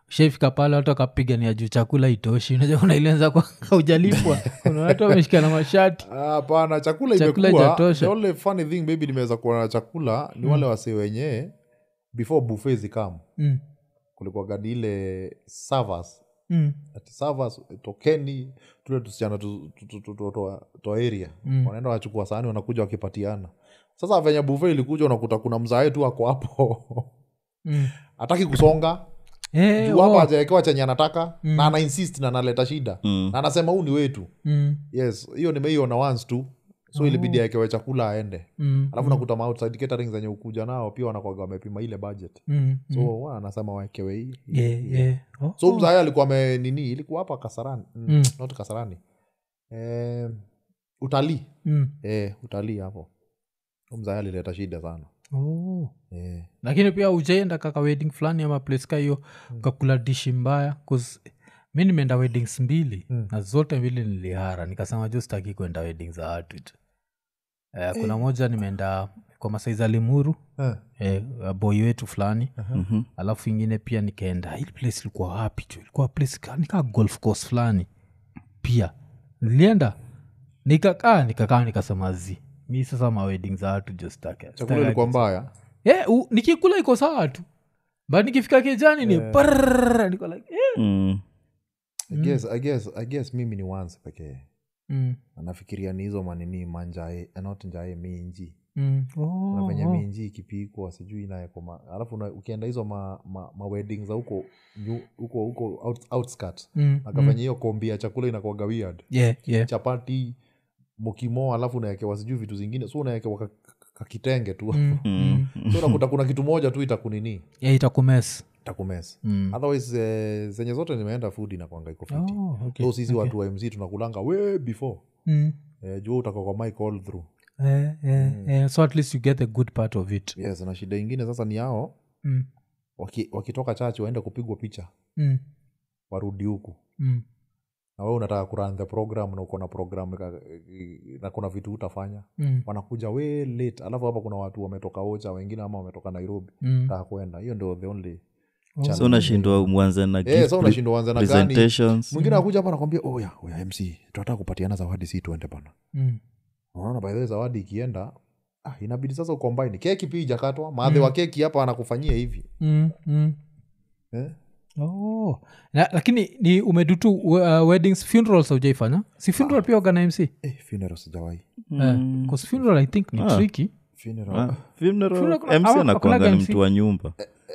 Speaker 2: shafika pale watu wakapigania juu chakula itoshi unajua kuna ilenza kwa [laughs] haujalipwa kuna watu wameshikana mashati
Speaker 1: hapana chakula
Speaker 2: Chakula
Speaker 1: imekuwa
Speaker 2: haijatosha.
Speaker 1: the only funny thing maybe nimeweza kuona na chakula ni wale wasee wenyewe before buffet zikam
Speaker 2: mm.
Speaker 1: kulikuwa gadi ile servers
Speaker 2: Mm.
Speaker 1: ati servers eh, tokeni tule tusichana tu- tu- tu- tu- tu- toa- toa area
Speaker 2: Mm.
Speaker 1: wanaenda wachukua sahani wanakuja wakipatiana sasa venye buffet ilikuja unakuta kuna mzae tu ako hapo [laughs]
Speaker 2: Mm.
Speaker 1: hataki kusonga
Speaker 2: Eh,
Speaker 1: juu hapa
Speaker 2: oh.
Speaker 1: hajawekewa chenye anataka
Speaker 2: Mm.
Speaker 1: na anainsist na analeta shida
Speaker 3: Mm.
Speaker 1: na anasema huu ni wetu
Speaker 2: Mm.
Speaker 1: yes hiyo nimeiona once tu so ilibidi aekewe chakula aende
Speaker 2: Oh. Mm.
Speaker 1: alafu nakuta ma outside catering zenye ukuja nao pia wanakwaga wamepima ile budget
Speaker 2: Mm.
Speaker 1: so
Speaker 2: Mm.
Speaker 1: wa anasema waekewe hii
Speaker 2: Yeah, yeah. Oh,
Speaker 1: so
Speaker 2: oh.
Speaker 1: mzae alikuwa ame- nini ilikuwa hapa kasarani mm,
Speaker 2: Mm.
Speaker 1: not kasarani eh, utalii
Speaker 2: Mm.
Speaker 1: eh, utalii hapo So mzae alileta shida sana
Speaker 2: Oh.
Speaker 1: eh.
Speaker 2: lakini pia ujaenda kaka wedding fulani ama place ka hiyo ukakula dishi mbaya 'cause mi nimeenda weddings mbili
Speaker 1: Mm.
Speaker 2: na zote mbili nilihara nikasema jo sitaki kwenda wedding za watu tu eh, kuna moja nimeenda kwa masaiza limuru
Speaker 1: Eh,
Speaker 2: eh, boy wetu fulani
Speaker 3: Mhm.
Speaker 2: alafu ingine pia nikaenda ili place ilikuwa wapi tu ilikuwa place ka- ni kaa golf course fulani pia nilienda nikakaa nikakaa nikasema zi mi sasa maweding za watu jo sitaki-
Speaker 1: chakula
Speaker 2: sitaki-
Speaker 1: ilikuwa mbaya
Speaker 2: Eh, u- nikikula iko sawa tu but nikifika kijani ni brrrr, niko like, eh.
Speaker 3: Mm.
Speaker 1: I guess, I guess, I guess mimi ni once pekee
Speaker 2: Mm,
Speaker 1: Na nafikiria ni hizo manini manjae eh, not njae minji
Speaker 2: mm.
Speaker 1: na
Speaker 2: Oh,
Speaker 1: venye
Speaker 2: oh.
Speaker 1: minji ikipikwa sijui inawekoma alafu una, ukienda hizo ma, ma, ma wedding za huko nyu- huko huko out, outskirt
Speaker 2: Mm,
Speaker 1: akafanya hiyo kombi ya chakula inakuaga weird
Speaker 2: Yeah, yeah.
Speaker 1: chapati mukimo alafu unawekewa sijui vitu zingine so unawekewa ka- ka- kakitenge tu
Speaker 2: Mm, mm.
Speaker 1: [laughs] so unakuta kuna kitu moja tu itakunini
Speaker 2: Yeah, itakumes
Speaker 1: itakumesa
Speaker 2: Mm.
Speaker 1: otherwise eh, zenye zote nimeenda food inakwanga iko fiti
Speaker 2: Oh, okay,
Speaker 1: so sisi
Speaker 2: okay.
Speaker 1: watu wa mz tunakulanga we before
Speaker 2: Mm.
Speaker 1: eh, jua utakuwa kwa mic all through
Speaker 2: Eh, eh, eh, so at least you get the good part of it
Speaker 1: yes na shida ingine sasa ni yao
Speaker 2: Mm,
Speaker 1: waki- wakitoka chachi waende kupigwa picha
Speaker 2: mm,
Speaker 1: warudi huku
Speaker 2: mm.
Speaker 1: na we unataka kurun the program na uko na program ka- na kuna vitu hutafanya
Speaker 2: Mm,
Speaker 1: wanakuja we late alafu hapa kuna watu wametoka ocha wengine ama wametoka nairobi
Speaker 2: mm.
Speaker 1: taka kwenda hiyo ndio the only
Speaker 2: Oh.
Speaker 1: challenge.
Speaker 3: so unashindwa mwanze na
Speaker 1: Eh,
Speaker 3: gift
Speaker 1: so
Speaker 3: pre-
Speaker 1: unashindwa uanze Eh, na gani
Speaker 3: presentations
Speaker 1: mwingine akuja hapa "Oh, nakwambia oya oya mc tunataka kupatiana zawadi si tuende bana
Speaker 2: Mm.
Speaker 1: unaona by the way zawadi ikienda ah, inabidi sasa ukombaini keki pia ijakatwa maadhe
Speaker 3: Mm.
Speaker 1: wa keki hapa anakufanyia hivi
Speaker 2: Mm, mm.
Speaker 1: eh?
Speaker 2: Oh. Na, lakini ni umedutu uh, weddings funerals aujaifanya si funeral pia organimc
Speaker 1: eh, funeral sijawai
Speaker 2: Ah. mm. uh, funeral i think ni
Speaker 3: Ah.
Speaker 2: tricky
Speaker 1: funeral
Speaker 3: Ah, funeral-
Speaker 2: Funeral kuna-
Speaker 3: MC
Speaker 2: hawa-
Speaker 3: anakuanga
Speaker 2: hakunaga
Speaker 3: ni mtu wa nyumba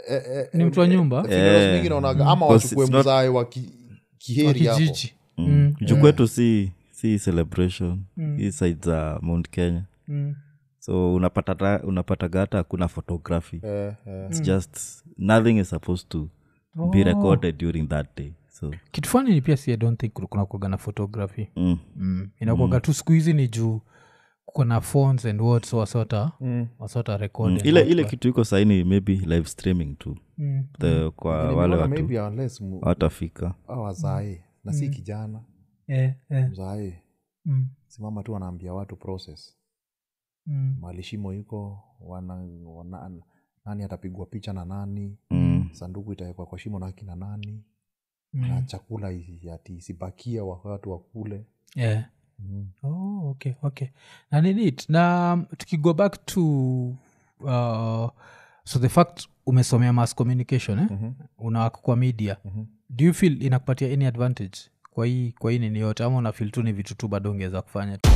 Speaker 1: eh, eh,
Speaker 2: ni mtu wa nyumba
Speaker 1: funerals
Speaker 3: Eh.
Speaker 1: mingi naonaga ama
Speaker 3: Because
Speaker 1: wachukue
Speaker 3: it's not-
Speaker 1: mzae wa ki,
Speaker 2: wa
Speaker 1: kiheri hapo
Speaker 2: kijiji Mm.
Speaker 3: juu
Speaker 1: Eh.
Speaker 3: kwetu si si celebration
Speaker 2: Mm.
Speaker 3: hii side za mount kenya
Speaker 2: Mm.
Speaker 3: so unapata ta- unapataga hata hakuna photography
Speaker 1: eh, eh.
Speaker 3: it's just nothing is supposed to
Speaker 2: Oh.
Speaker 3: be recorded during that day so
Speaker 2: kitu fani ni pia si i don't think kuna kuaga na photography
Speaker 3: mm.
Speaker 2: mm. inakuaga tu siku hizi ni juu kuko na phones and what so wasota
Speaker 1: Mm.
Speaker 2: wasota
Speaker 3: Mm.
Speaker 2: record and
Speaker 3: ile
Speaker 2: what,
Speaker 3: ile
Speaker 2: but-
Speaker 3: kitu iko saini maybe live streaming tu
Speaker 2: Mm.
Speaker 3: the, kwa wale
Speaker 1: Nimeona
Speaker 3: watu Mm.
Speaker 1: maybe unless mu-
Speaker 3: watafika
Speaker 1: hawa wazae na si kijana
Speaker 2: Eh, eh,
Speaker 1: mzae
Speaker 2: mm,
Speaker 1: simama tu anaambia watu process
Speaker 2: mm,
Speaker 1: mali shimo iko wana, wana, nani atapigwa picha na nani
Speaker 3: mm.
Speaker 1: sanduku itawekwa kwa shimo na akina nani na
Speaker 2: mm.
Speaker 1: chakula isi- ati isibakia wa- watu wakule
Speaker 2: Eh.
Speaker 1: mm.
Speaker 2: Oh, okay, okay. na ni neat. na um, tukigo back to uh, so the fact umesomea mass communication eh?
Speaker 3: Mm.
Speaker 1: Mhm.
Speaker 2: unawaka kwa media
Speaker 1: Mhm.
Speaker 2: do you feel inakupatia any advantage kwa hii kwa hii nini yote ama unafil tu ni vitu tu bado ungeweza kufanya tu